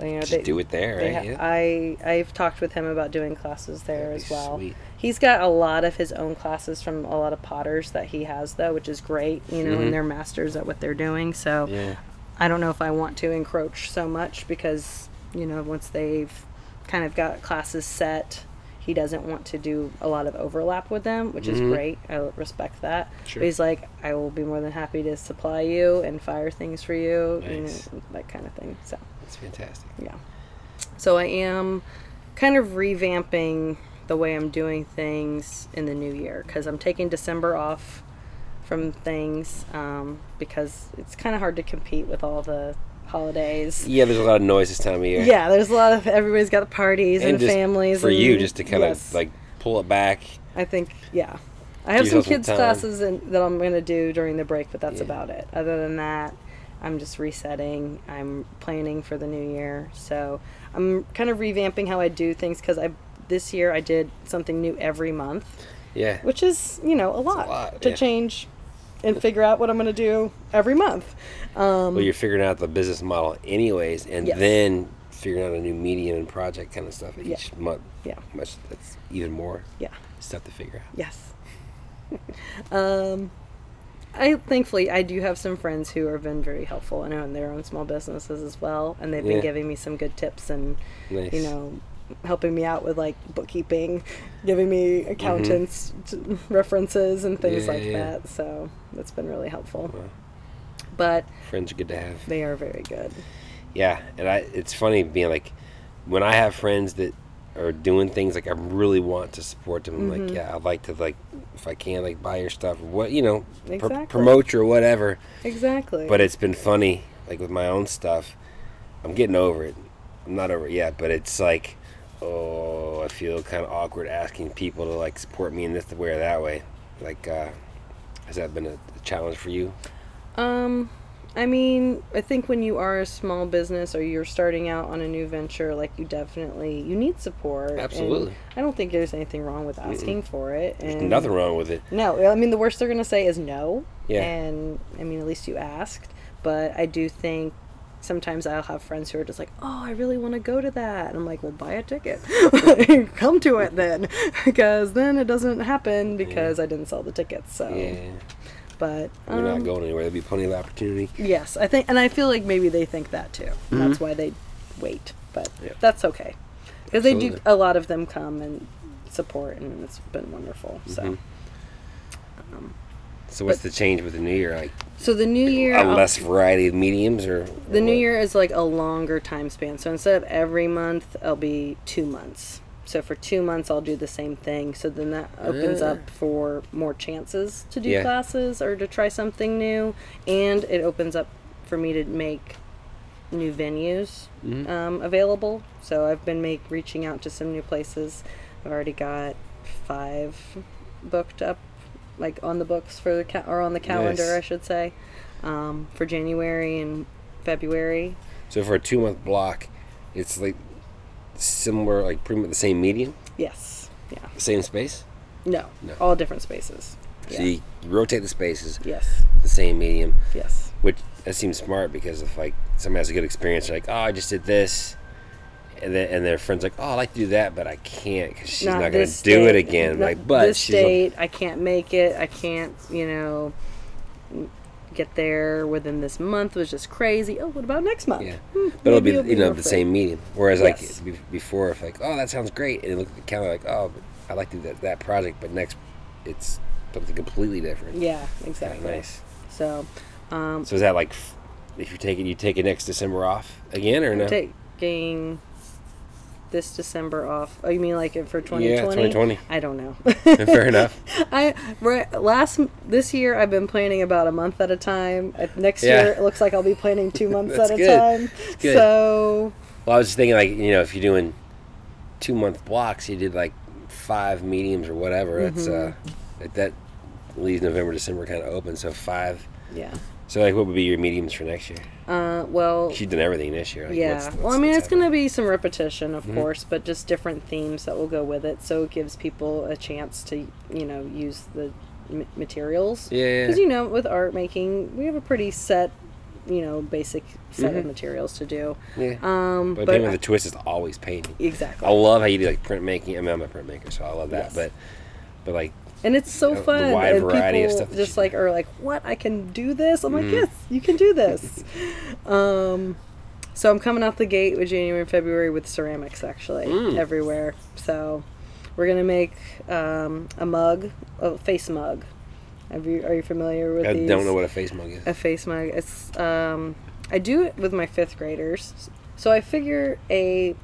S3: you know
S1: Just
S3: they,
S1: do it there,
S3: they uh,
S1: right?
S3: ha-
S1: Yeah.
S3: I I've talked with him about doing classes there
S1: That'd
S3: as
S1: be
S3: well.
S1: sweet.
S3: He's got a lot of his own classes from a lot of potters that he has though, which is great. You know, and they're masters at what they're doing. So
S1: Mm-hmm. yeah.
S3: I don't know if I want to encroach so much because, you know, once they've kind of got classes set, he doesn't want to do a lot of overlap with them, which is great. I respect that.
S1: Mm-hmm. Sure.
S3: But he's like, I will be more than happy to supply you and fire things for you, you
S1: Nice.
S3: know, that kind of thing. So,
S1: That's fantastic.
S3: yeah. So I am kind of revamping the way I'm doing things in the new year because I'm taking December off from things um, because it's kind of hard to compete with all the holidays.
S1: Yeah, there's a lot of noise this time of year.
S3: Yeah, there's a lot of everybody's got parties and,
S1: just
S3: families.
S1: for you,
S3: and-
S1: just to kind of
S3: yes.
S1: like pull it back.
S3: I think yeah. I have
S1: Gives
S3: some
S1: us some
S3: kids
S1: time.
S3: classes in, that I'm going to do during the break, but that's
S1: Yeah.
S3: about it. Other than that, I'm just resetting. I'm planning for the new year. So I'm kind of revamping how I do things because I this year I did something new every month,
S1: Yeah.
S3: which is you know a lot,
S1: lot,
S3: to
S1: yeah.
S3: change and figure out what I'm going to do every month. Um,
S1: Well, you're figuring out the business model, anyways, and
S3: Yes.
S1: then figuring out a new medium and project kind of stuff each month.
S3: Yeah.
S1: Much that's even more
S3: yeah.
S1: stuff to figure out.
S3: Yes. um, I thankfully I do have some friends who have been very helpful and own their own small businesses as well, and they've
S1: Yeah.
S3: been giving me some good tips and
S1: Nice.
S3: you know helping me out with like bookkeeping, giving me accountants t- references and things
S1: Mm-hmm. Yeah,
S3: like
S1: yeah, yeah.
S3: that. So that's been really helpful.
S1: Wow.
S3: But
S1: Friends are good to have.
S3: they are very good.
S1: Yeah, and I it's funny being like when I have friends that are doing things like I really want to support them. I'm like, yeah, I'd like to like if I can like buy your stuff or what you know pr-
S3: Exactly.
S1: promote your whatever.
S3: Exactly.
S1: But it's been funny like with my own stuff. I'm getting over it. I'm not over it yet, but it's like oh, I feel kind of awkward asking people to like support me in this way or that way. Like, uh, has that been a, a challenge for you?
S3: Um, I mean, I think when you are a small business or you're starting out on a new venture, like you definitely you need support. and
S1: Absolutely.
S3: I don't think there's anything wrong with asking for it. And
S1: There's nothing wrong with it.
S3: No, I mean the worst they're gonna say is no.
S1: Yeah.
S3: And I mean, at least you asked. But I do think. Sometimes I'll have friends who are just like, "Oh, I really want to go to that," and I'm like, "Well, buy a ticket, come to it then, because then it doesn't happen because I didn't sell the tickets." So,
S1: Yeah,
S3: but um,
S1: we're not going anywhere. There'll be plenty of opportunity.
S3: Yes, I think, and I feel like maybe they think that too. And
S1: Mm-hmm.
S3: That's why they wait, but
S1: Yep.
S3: that's okay because they do.
S1: Absolutely.
S3: A lot of them come and support, and it's been wonderful. So,
S1: Mhm. So what's the change with the new year? Like
S3: so the new year,
S1: a less variety of mediums, or
S3: the new year is like a longer time span. So instead of every month, I'll be two months. So for two months, I'll do the same thing. So then that opens
S1: Ah.
S3: up for more chances to do
S1: Yeah.
S3: classes or to try something new, and it opens up for me to make new venues
S1: Mm-hmm.
S3: um, available. So I've been make reaching out to some new places. I've already got five booked up, like on the books for the ca- or on the calendar,
S1: Nice.
S3: I should say, um, for January and February.
S1: So for a two month block, it's like similar, like pretty much the same medium,
S3: Yes. Yeah.
S1: the same space.
S3: No.
S1: No.
S3: All different spaces.
S1: So
S3: Yeah.
S1: you, you rotate the spaces,
S3: Yes.
S1: the same medium,
S3: Yes.
S1: which that seems smart because if like somebody has a good experience, they're like, oh, I just did this. And, then, and their friends like, oh, I like to do that, but I can't because she's not, going
S3: this
S1: to do it
S3: date,
S1: again.
S3: not
S1: like, but
S3: this
S1: she's
S3: date, I can't make it. I can't, you know, get there within this month was just crazy. Oh, what about next month?
S1: Yeah,
S3: Hmm,
S1: but it'll
S3: maybe
S1: be you know
S3: more
S1: the
S3: free.
S1: same medium. Whereas
S3: Yes.
S1: like be- before, if like oh that sounds great, and you look at the calendar like oh but I like to do that, that project, but next it's something completely different.
S3: Yeah,
S1: Kinda
S3: exactly.
S1: nice.
S3: So, um,
S1: So is that like f- if you take it, you take it next December off again or no?
S3: taking this December off. Oh, you mean like it for 2020?
S1: 2020.
S3: I don't know.
S1: Fair enough.
S3: I right, last m- this year I've been planning about a month at a time. Uh, Next
S1: Yeah.
S3: year it looks like I'll be planning two months
S1: That's
S3: at a
S1: good.
S3: time.
S1: good.
S3: So
S1: Well, I was just thinking like you know if you're doing two month blocks, you did like five mediums or whatever. That's uh
S3: Mm-hmm.
S1: like that leaves November December kind of open. So five.
S3: yeah.
S1: So like what would be your mediums for next year?
S3: Uh, well,
S1: She's done everything this year. Like,
S3: yeah.
S1: what's-
S3: well, I
S1: what's- Mm-hmm.
S3: mean,
S1: what's
S3: it's going to be some repetition, of course, but just different themes that will go with it. So it gives people a chance to, you know, use the m- materials.
S1: Yeah, yeah,
S3: Because
S1: yeah.
S3: you know, with art making, we have a pretty set, you know, basic set of materials to do.
S1: happening? Yeah.
S3: Um,
S1: Mm-hmm. But,
S3: but,
S1: painting with a twist is always painting.
S3: exactly,
S1: I love how you do like printmaking. I mean, I'm a printmaker, so I love that.
S3: Yes.
S1: But, but like,
S3: and it's so
S1: you know, the
S3: fun.
S1: wide
S3: and
S1: variety of
S3: people
S1: stuff that
S3: just
S1: you Mm.
S3: like are like, "What? I can do this?" I'm like, "Yes, you can do this." um, so I'm coming out the gate with January and February with ceramics actually
S1: Mm.
S3: everywhere. So we're gonna make um, a mug, a face mug. Have you, are you familiar with
S1: I
S3: these?
S1: don't know what a face mug is.
S3: a face mug. It's um, I do it with my fifth graders, so I figure a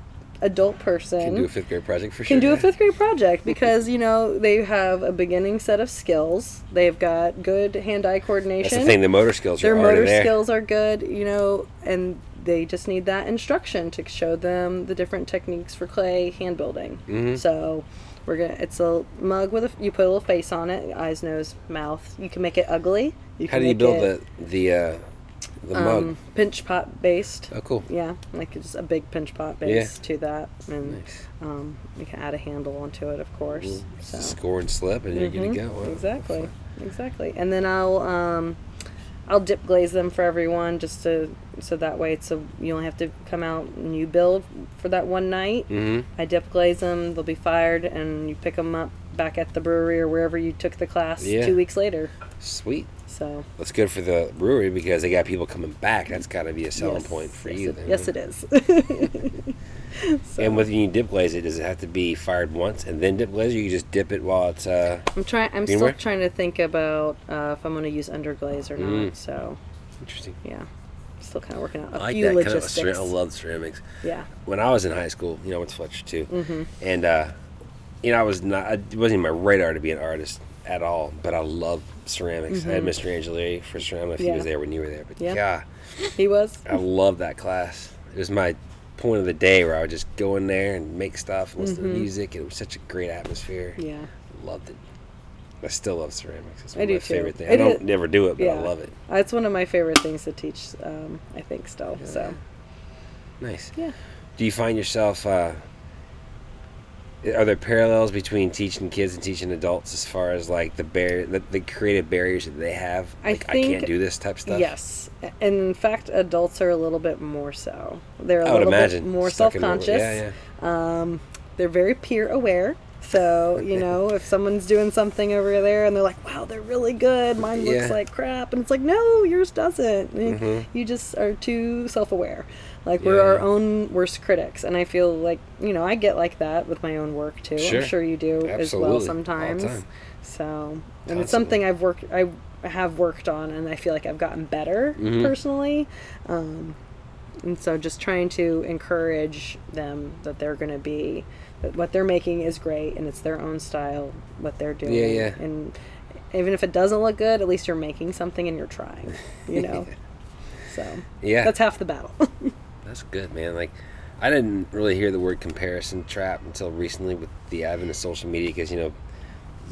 S3: adult person
S1: Can do a fifth grade project for
S3: can
S1: sure.
S3: do a fifth grade project because you know they have a beginning set of skills. They've got good hand-eye coordination.
S1: That's the thing. The motor skills
S3: Their
S1: are already
S3: motor
S1: there.
S3: skills are good, you know, and they just need that instruction to show them the different techniques for clay hand building.
S1: Mm-hmm.
S3: So we're gonna. It's a mug with a. You put a little face on it, eyes, nose, mouth. You can make it ugly. You
S1: How
S3: can
S1: do you
S3: make
S1: build
S3: it-
S1: the the uh, The mug.
S3: um, pinch pot based.
S1: Oh, cool.
S3: Yeah, like just a big pinch pot base to that, and
S1: Nice.
S3: um, you can add a handle onto it, of course.
S1: Just
S3: So. Mm-hmm.
S1: Score and slip, and you're good to go. Wow.
S3: Exactly, exactly. And then I'll um, I'll dip glaze them for everyone, just to so that way it's a you only have to come out and you build for that one night.
S1: Mhm.
S3: I dip glaze them; they'll be fired, and you pick them up back at the brewery or wherever you took the class
S1: Yeah.
S3: two weeks later.
S1: Sweet.
S3: So
S1: That's good for the brewery because they got people coming back. That's got to be a selling
S3: yes,
S1: point for
S3: yes,
S1: you.
S3: it-
S1: then.
S3: yes, it is.
S1: And with you dip glaze it, does it have to be fired once and then dip glaze? Or you can just dip it while it's uh,
S3: I'm trying. I'm
S1: Anywhere?
S3: still trying to think about uh, if I'm going to use underglaze or not. So
S1: interesting.
S3: yeah, still kind of working out
S1: Mm.
S3: a
S1: I like
S3: few
S1: that kind of. cera-
S3: logistics.
S1: I love ceramics.
S3: yeah.
S1: when I was in high school, you know, I went to Fletcher too,
S3: Mm-hmm.
S1: and uh, you know, I was not, it wasn't even my radar to be an artist at all. But I love ceramics. I had Mr. Angelieri for ceramics. He
S3: Mm-hmm. Yeah.
S1: was there when you were there, but yeah,
S3: Yeah. He was.
S1: I love that class. It was my point of the day where I would just go in there and make stuff, listen to music. and It was such a great atmosphere.
S3: Mm-hmm. Yeah.
S1: loved it. I still love ceramics. It's
S3: I
S1: one of
S3: do
S1: my
S3: too.
S1: favorite things.
S3: It
S1: I don't
S3: is-
S1: never do it, but I
S3: yeah.
S1: love it.
S3: Uh, It's one of my favorite things to teach. Um, I think still. So
S1: Nice.
S3: yeah.
S1: Do you find yourself? Uh, are there parallels between teaching kids and teaching adults as far as like the bar- the, the creative barriers that they have?
S3: I
S1: Like, I
S3: think-
S1: can't do this type of stuff.
S3: Yes, A- and in fact, adults are a little bit more so. They're a
S1: I would
S3: little
S1: imagine
S3: bit more
S1: Stuck in a-
S3: self-conscious.
S1: Yeah, yeah.
S3: They're very peer aware. So you know, if someone's doing something over there and they're like, "Wow, they're really good," mine looks
S1: Yeah. Mm-hmm.
S3: like crap, and it's like, "No, yours doesn't." And You just are too self-aware. Like we're
S1: Yeah.
S3: our own worst critics, and I feel like you know I get like that with my own work too.
S1: Sure.
S3: I'm sure you do as
S1: Absolutely. All
S3: well
S1: the
S3: sometimes.
S1: time.
S3: So, and
S1: Constantly.
S3: it's something I've worked, I have worked on, and I feel like I've gotten better
S1: Mm-hmm.
S3: personally. Um, and so, just trying to encourage them that they're going to be that what they're making is great, and it's their own style, what they're doing.
S1: Yeah, yeah.
S3: And even if it doesn't look good, at least you're making something and you're trying. You know. So
S1: Yeah.
S3: that's half the battle.
S1: That's good, man. Like, I didn't really hear the word comparison trap until recently with the advent of social media, because you know,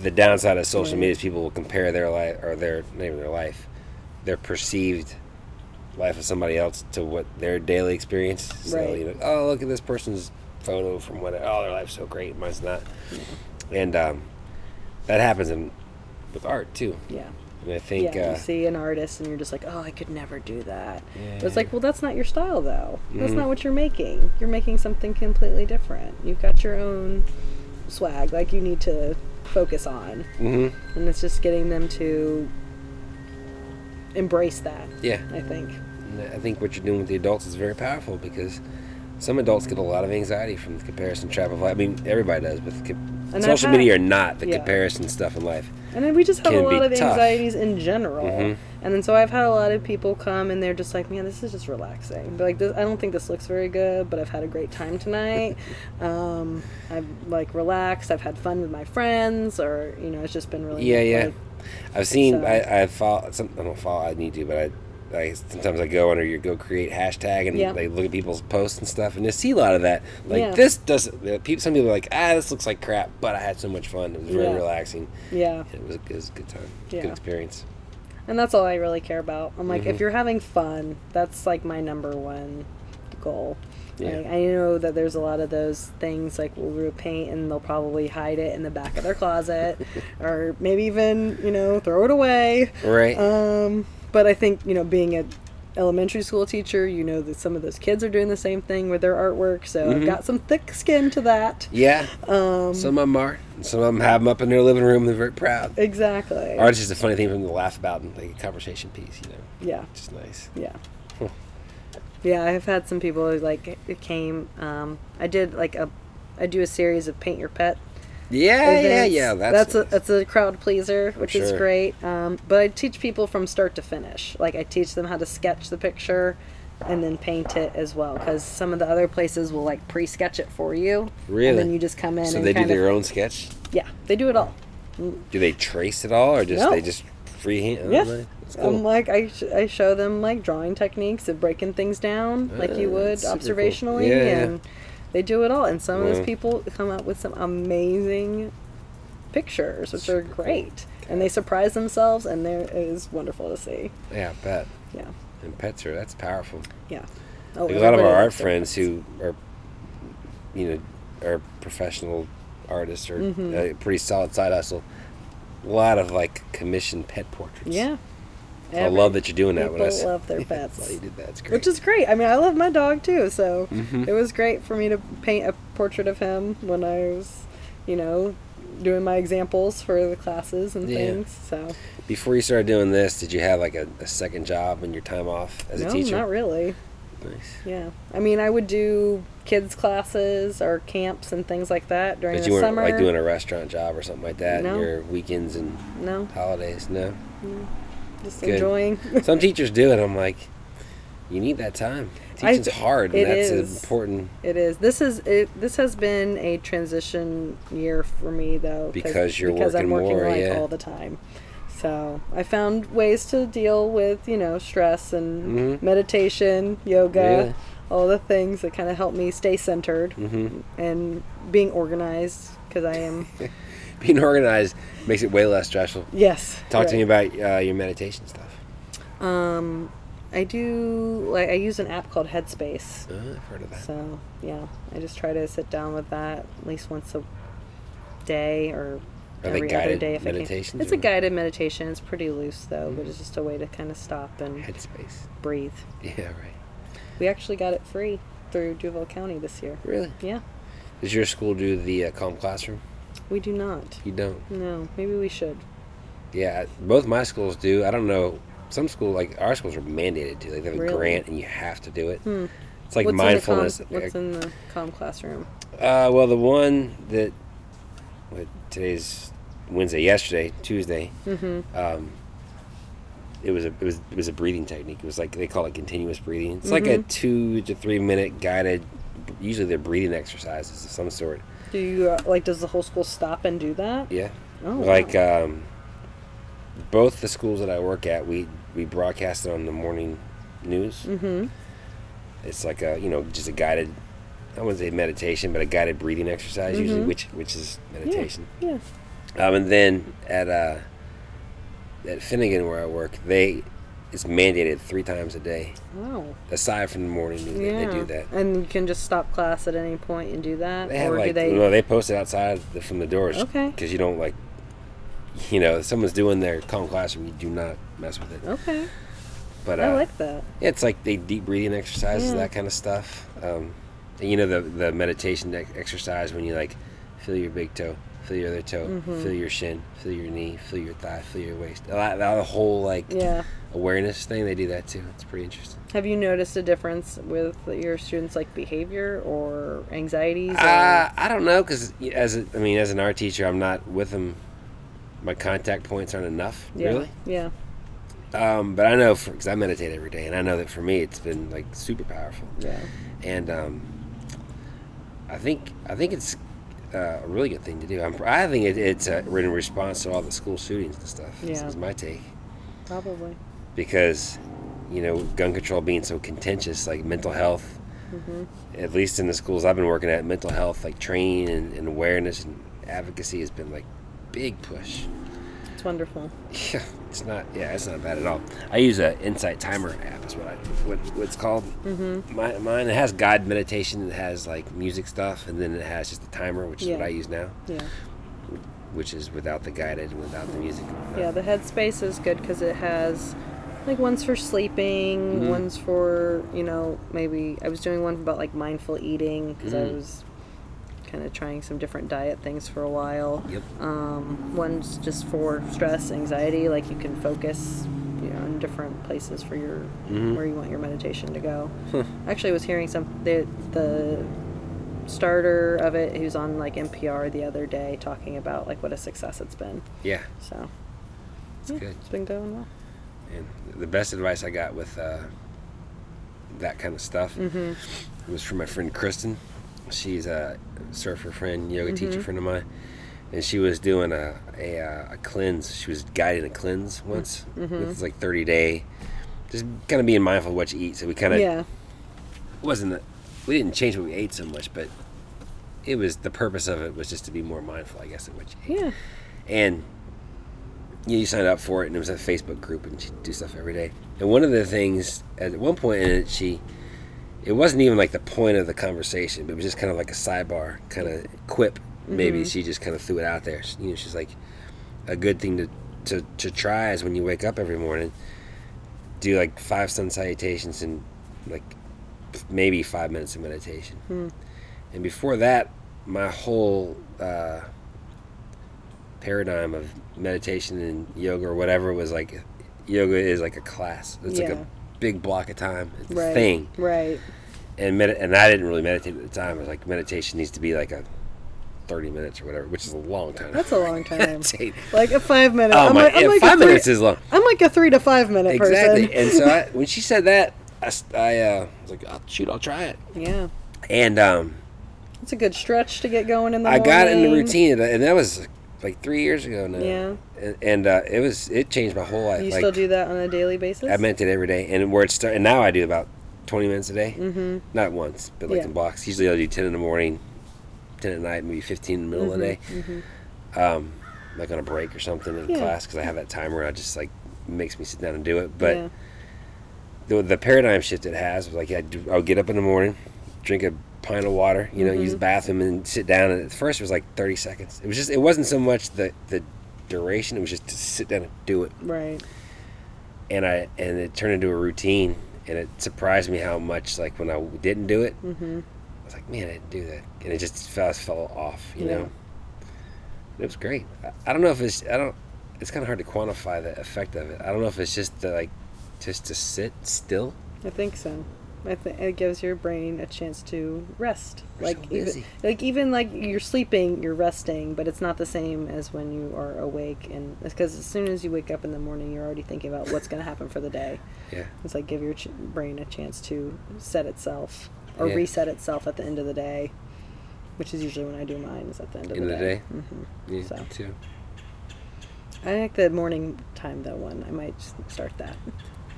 S1: the downside of social
S3: Right.
S1: media is people will compare their life or their not even their life, their perceived life of somebody else to what their daily experience. So
S3: Right.
S1: you know, oh look at this person's photo from what oh their life's so great, mine's not, and um, that happens in with art too.
S3: yeah.
S1: And I think
S3: yeah,
S1: uh,
S3: you see an artist and you're just like, oh, I could never do that. But
S1: Yeah. Mm-hmm.
S3: it's like, well, that's not your style, though. That's not what you're making. You're making something completely different. You've got your own swag, like you need to focus on,
S1: mhm.
S3: and it's just getting them to embrace that.
S1: yeah.
S3: I think.
S1: And I think what you're doing with the adults is very powerful because some adults get a lot of anxiety from the comparison trap of life. I mean, everybody does, but the com-
S3: I've
S1: social
S3: had-
S1: media or not, the
S3: yeah.
S1: comparison stuff in life.
S3: And then we just have a
S1: Can be
S3: lot of
S1: tough. Mm-hmm.
S3: anxieties in general. And then so I've had a lot of people come and they're just like, man, this is just relaxing. They're like, this, I don't think this looks very good, but I've had a great time tonight. um, I've like relaxed. I've had fun with my friends, or you know, it's just been really
S1: Yeah, yeah.
S3: like,
S1: I've seen,
S3: So-
S1: I, I follow, some, I don't follow, I need to, but I, I sometimes I go under your go create hashtag and
S3: Yeah.
S1: they look at people's posts and stuff, and you see a lot of that. Like,
S3: Yeah.
S1: this doesn't, the peop- some people are like, ah, this looks like crap, but I had so much fun. It was very
S3: Yeah.
S1: relaxing.
S3: yeah.
S1: It was, a- it was a good time, good
S3: Yeah.
S1: experience.
S3: And that's all I really care about. I'm like, if you're having fun, that's like my number one goal.
S1: Yeah.
S3: Like, I know that there's a lot of those things like we'll do paint and they'll probably hide it in the back of their closet or maybe even, you know, throw it away.
S1: Right?
S3: Um, but I think, you know, being a elementary school teacher, you know that some of those kids are doing the same thing with their artwork. So I've got some thick skin to that.
S1: yeah. Um, some of them are, and some of them have them up in their living room and they're very proud.
S3: Exactly.
S1: Or it's just a funny thing for them to laugh about and like a conversation piece, you know,
S3: yeah.
S1: which is nice.
S3: Yeah.
S1: Hmm.
S3: yeah, I've had some people who like it came. Um, I did like a, I do a series of paint your pet.
S1: Yeah, yeah,
S3: events.
S1: yeah. That's,
S3: that's a, that's a crowd pleaser, which is
S1: sure.
S3: great. Um, but I teach people from start to finish. Like I teach them how to sketch the picture, and then paint it as well. Because some of the other places will like pre-sketch it for you.
S1: Really?
S3: And then you just come in.
S1: so
S3: and
S1: they do
S3: kind
S1: their
S3: of,
S1: own sketch.
S3: Yeah, they do it all.
S1: Do they trace it all, or just
S3: No.
S1: they just freehand?
S3: Yeah.
S1: Oh, that's
S3: I'm
S1: cool.
S3: like I, sh- I show them like drawing techniques of breaking things down like you
S1: Ah,
S3: would
S1: super cool.
S3: observationally
S1: Yeah, yeah.
S3: and they do it all and some of
S1: Wow.
S3: those people come up with some amazing pictures which are great and they surprise themselves and there it is wonderful to see
S1: yeah, I bet.
S3: yeah
S1: and pets are that's powerful.
S3: Yeah. Oh,
S1: Like a lot of
S3: everybody
S1: our art
S3: loves their
S1: friends
S3: pets.
S1: who are, you know, are professional artists or
S3: Mm-hmm.
S1: uh, pretty solid side hustle. A lot of like commissioned pet portraits.
S3: Yeah.
S1: I love that you're doing that. When I
S3: people
S1: s-
S3: love their
S1: Yeah,
S3: pets.
S1: that's why you did that. It's great. Mm-hmm.
S3: Which is great. I mean, I love my dog too, so it was great for me to paint a portrait of him when I was, you know, doing my examples for the classes and
S1: Yeah.
S3: things. So
S1: Before you started doing this, did you have like a, a second job in your time off as
S3: no,
S1: a teacher?
S3: not really.
S1: Nice.
S3: Yeah, I mean, I would do kids classes or camps and things like that during
S1: But
S3: the
S1: you weren't
S3: summer.
S1: like doing a restaurant job or something like that.
S3: No.
S1: in Your weekends and
S3: no,
S1: holidays. No.
S3: just
S1: Good.
S3: enjoying.
S1: Some teachers do it. I'm like, you need that time.
S3: I-
S1: Teaching's hard.
S3: it
S1: and that's
S3: is.
S1: important
S3: it is. This is it. This has been a transition year for me though,
S1: Because you're
S3: because I'm
S1: working
S3: working
S1: more,
S3: like
S1: yeah.
S3: all the time. So I found ways to deal with you know stress and
S1: Mhm.
S3: meditation, yoga,
S1: Yeah.
S3: all the things that kind of help me stay centered
S1: Mm-hmm.
S3: and being organized because I am.
S1: being organized makes it way less stressful.
S3: yes.
S1: Talk
S3: right.
S1: to me about uh, your meditation stuff.
S3: Um, I do like I use an app called Headspace.
S1: Uh, I've heard of that.
S3: So yeah, I just try to sit down with that at least once a day or
S1: Are they
S3: every other
S1: guided
S3: day if I
S1: meditations
S3: can. It's a
S1: or-
S3: guided meditation. It's pretty loose though, but it's just a way to kind of stop and
S1: Headspace.
S3: breathe.
S1: Yeah, right.
S3: We actually got it free through Duval County this year.
S1: Really?
S3: Yeah,
S1: Does your school do the uh, Calm Classroom?
S3: we do not.
S1: You don't.
S3: No, maybe we should.
S1: Yeah, both my schools do. I don't know. Some school, like our schools, are mandated to. Like they have a
S3: Really? Hmm.
S1: grant and you have to do it. It's like
S3: what's
S1: mindfulness.
S3: In the calm, what's in the calm classroom?
S1: Uh, well, the one that what, today's Wednesday, yesterday, Tuesday. Mm-hmm. Um, it was a it was it was a breathing technique. It was like they call it continuous breathing. It's like a
S3: Mm-hmm.
S1: two to three minute guided. Usually, they're breathing exercises of some sort.
S3: Do you uh, like? Does the whole school stop and do that?
S1: Yeah.
S3: Oh,
S1: like um, both the schools that I work at, we we broadcast it on the morning news. Mm-hmm. It's like a you know just a guided, I wouldn't say meditation, but a guided breathing exercise usually, which which is meditation.
S3: Mm-hmm. Yeah.
S1: Um, and then at uh, at Finnegan where I work, they it's mandated three times a day
S3: Wow.
S1: aside from the morning news. They, they do that.
S3: And you can just stop class at any point and do that,
S1: They have
S3: or do
S1: like
S3: they?
S1: no, they post it outside the, from the doors.
S3: Okay.
S1: Because you don't like, you know, if someone's doing their calm classroom, you do not mess with it.
S3: Okay,
S1: But uh,
S3: Oh, I like that.
S1: yeah, it's like they deep breathing exercises,
S3: Yeah.
S1: that kind of stuff. Um, and you know the the meditation ex- exercise when you like feel your big toe, feel your other toe,
S3: Mm-hmm.
S1: feel your shin, feel your knee, feel your thigh, feel your waist. A lot, the whole like
S3: Yeah.
S1: awareness thing, they do that too. It's pretty interesting.
S3: Have you noticed a difference with your students' like behavior or anxieties? Or,
S1: Uh, I don't know because as a, I mean, as an art teacher, I'm not with them. My contact points aren't enough,
S3: yeah,
S1: really.
S3: Yeah.
S1: Um, but I know because I meditate every day, and I know that for me, it's been like super powerful.
S3: Yeah.
S1: And um, I think I think it's uh, a really good thing to do. I'm, I think it, it's a, in response to all the school shootings and stuff. is-
S3: Yeah.
S1: is my take
S3: Probably.
S1: because you know gun control being so contentious like mental health
S3: Mm-hmm.
S1: at least in the schools i've been working at mental health like training and, and awareness and advocacy has been like big push
S3: It's wonderful.
S1: yeah it's not yeah it's not bad at all i use a insight timer app is what i what, what's called mm-hmm. mine, mine it has guide meditation it has like music stuff and then it has just a timer which is what
S3: Yeah.
S1: i use now
S3: Yeah.
S1: which is without the guided and without the music
S3: Yeah. The Headspace is good because it has. Like one's for sleeping, one's for you know maybe I was doing one about like mindful eating because I was kind of trying some different diet things for a while.
S1: yep
S3: Um, one's just for stress, anxiety, like you can focus you know, in different places for your
S1: Mm-hmm.
S3: where you want your meditation to go. Actually, I was hearing some the, the starter of it who's on like NPR the other day talking about like what a success it's been.
S1: yeah
S3: So
S1: it's good
S3: it's been going well.
S1: And the best advice I got with uh, that kind of stuff was from my friend Kristen. She's a surfer friend, yoga teacher friend of mine, and she was doing a a, uh, a cleanse. She was guiding a cleanse once. It's like thirty day, just kind of being mindful of what you eat. So we kind of
S3: yeah,
S1: wasn't that we didn't change what we ate so much, but it was the purpose of it was just to be more mindful, I guess, of what you ate
S3: yeah,
S1: and you signed up for it and it was a facebook group and she'd do stuff every day And one of the things at one point in it, she it wasn't even like the point of the conversation, but it was just kind of like a sidebar kind of quip. Maybe
S3: Mm-hmm.
S1: she just kind of threw it out there. She- You know, she's like, a good thing to, to to try is when you wake up every morning, do like five sun salutations and like maybe five minutes of meditation.
S3: Hmm.
S1: And before that, my whole uh, paradigm of meditation and yoga or whatever was like yoga is like a class. It's like
S3: Yeah.
S1: a big block of time. It's a
S3: Right.
S1: thing.
S3: Right.
S1: And med- and I didn't really meditate at the time. I was like meditation needs to be like a 30 minutes or whatever, which is a long time.
S3: That's a long time.
S1: Take-
S3: like a five minute.
S1: Oh
S3: I'm
S1: my!
S3: like, I'm
S1: yeah,
S3: like a
S1: five
S3: three-
S1: minutes is long.
S3: I'm like a three to five minute
S1: Exactly.
S3: person.
S1: and so I, when she said that, I, s- I, uh, was like, oh, shoot, I'll try it.
S3: Yeah,
S1: And um,
S3: it's a good stretch to get going in the.
S1: I got in the
S3: morning.
S1: routine, and that- and that was like three years ago now.
S3: Yeah.
S1: And, and uh, it was it changed my whole life.
S3: You
S1: like,
S3: still do that on a daily basis?
S1: I meant it every day, and where it started. And now I do about twenty minutes a day. Mm-hmm. Not once, but like
S3: Yeah.
S1: in blocks. Usually I'll do ten in the morning, ten at night, maybe fifteen in the middle of the day, um, like on a break or something in
S3: Mm-hmm, Yeah.
S1: class because I have that timer. I just like makes me sit down and do it. But
S3: Yeah.
S1: the, the paradigm shift it has was like I do, I'll get up in the morning, drink a pint of water, you know, use
S3: Mm-hmm.
S1: the bathroom and sit down. And at first it was like thirty seconds. It was just it wasn't so much the the duration. It was just to sit down and do it
S3: right.
S1: and I and it turned into a routine, and it surprised me how much like when I didn't do it,
S3: Mm-hmm.
S1: I was like, man, I didn't do that, and it just fell fell off, you
S3: Yeah.
S1: know. It was great. I, I don't know if it's I don't. It's kind of hard to quantify the effect of it. I don't know if it's just the like, just to sit still.
S3: I think so. I think it gives your brain a chance to rest.
S1: We're so
S3: like
S1: busy.
S3: even like even like you're sleeping, you're resting, but it's not the same as when you are awake. And because as soon as you wake up in the morning, you're already thinking about what's going to happen for the day.
S1: Yeah.
S3: It's like give your ch- brain a chance to set itself or
S1: Yeah.
S3: reset itself at the end of the day, which is usually when I do mine. Is at the end of
S1: End
S3: the
S1: of the
S3: day. Mm-hmm.
S1: day. Yeah,
S3: So.
S1: too.
S3: I like the morning time though. One I might s- start that.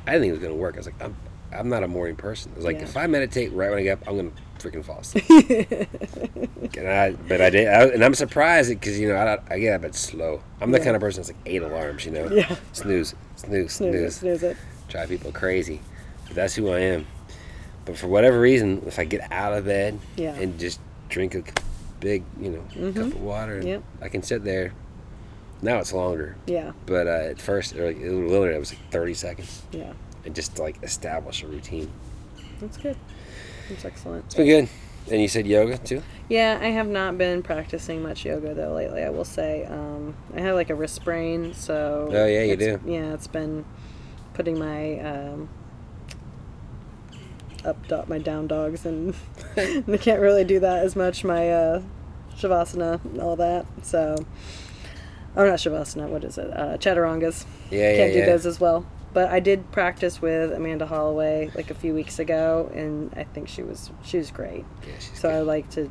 S1: I didn't think it was gonna work. I was like, I'm I'm not a morning person. I was like,
S3: Yeah.
S1: if I meditate right when I get up, I'm gonna freaking fall asleep. and I, but I did, I, and I'm surprised because you know I, I get up at slow. I'm the
S3: Yeah.
S1: kind of person that's like eight alarms, you know,
S3: Yeah.
S1: snooze, snooze,
S3: Snooze,
S1: snooze,
S3: snooze it.
S1: drive people crazy. But that's who I am. But for whatever reason, if I get out of bed
S3: Yeah. Mm-hmm.
S1: and just drink a c- big, you know, cup of water, and
S3: Yep.
S1: I can sit there. Now it's longer,
S3: Yeah,
S1: but uh, at first, it, like, it literally it was like 30 seconds
S3: yeah.
S1: and just to, like establish a routine.
S3: That's good. That's excellent.
S1: It's been good. And you said yoga too?
S3: Yeah, I have not been practicing much yoga though lately. I will say, um, I had like a wrist sprain, so
S1: Oh, yeah, you
S3: it's-
S1: do.
S3: Yeah, it's been putting my um, up dog, my down dogs, and I can't really do that as much. My uh, shavasana, and all that. So, oh, not shavasana. What is it? Uh, chaturangas.
S1: Yeah, yeah,
S3: can't do
S1: yeah.
S3: those as well. But I did practice with Amanda Holloway like a few weeks ago, and I think she was she was great.
S1: Yeah, she's
S3: So Mm-hmm,
S1: good.
S3: I would like to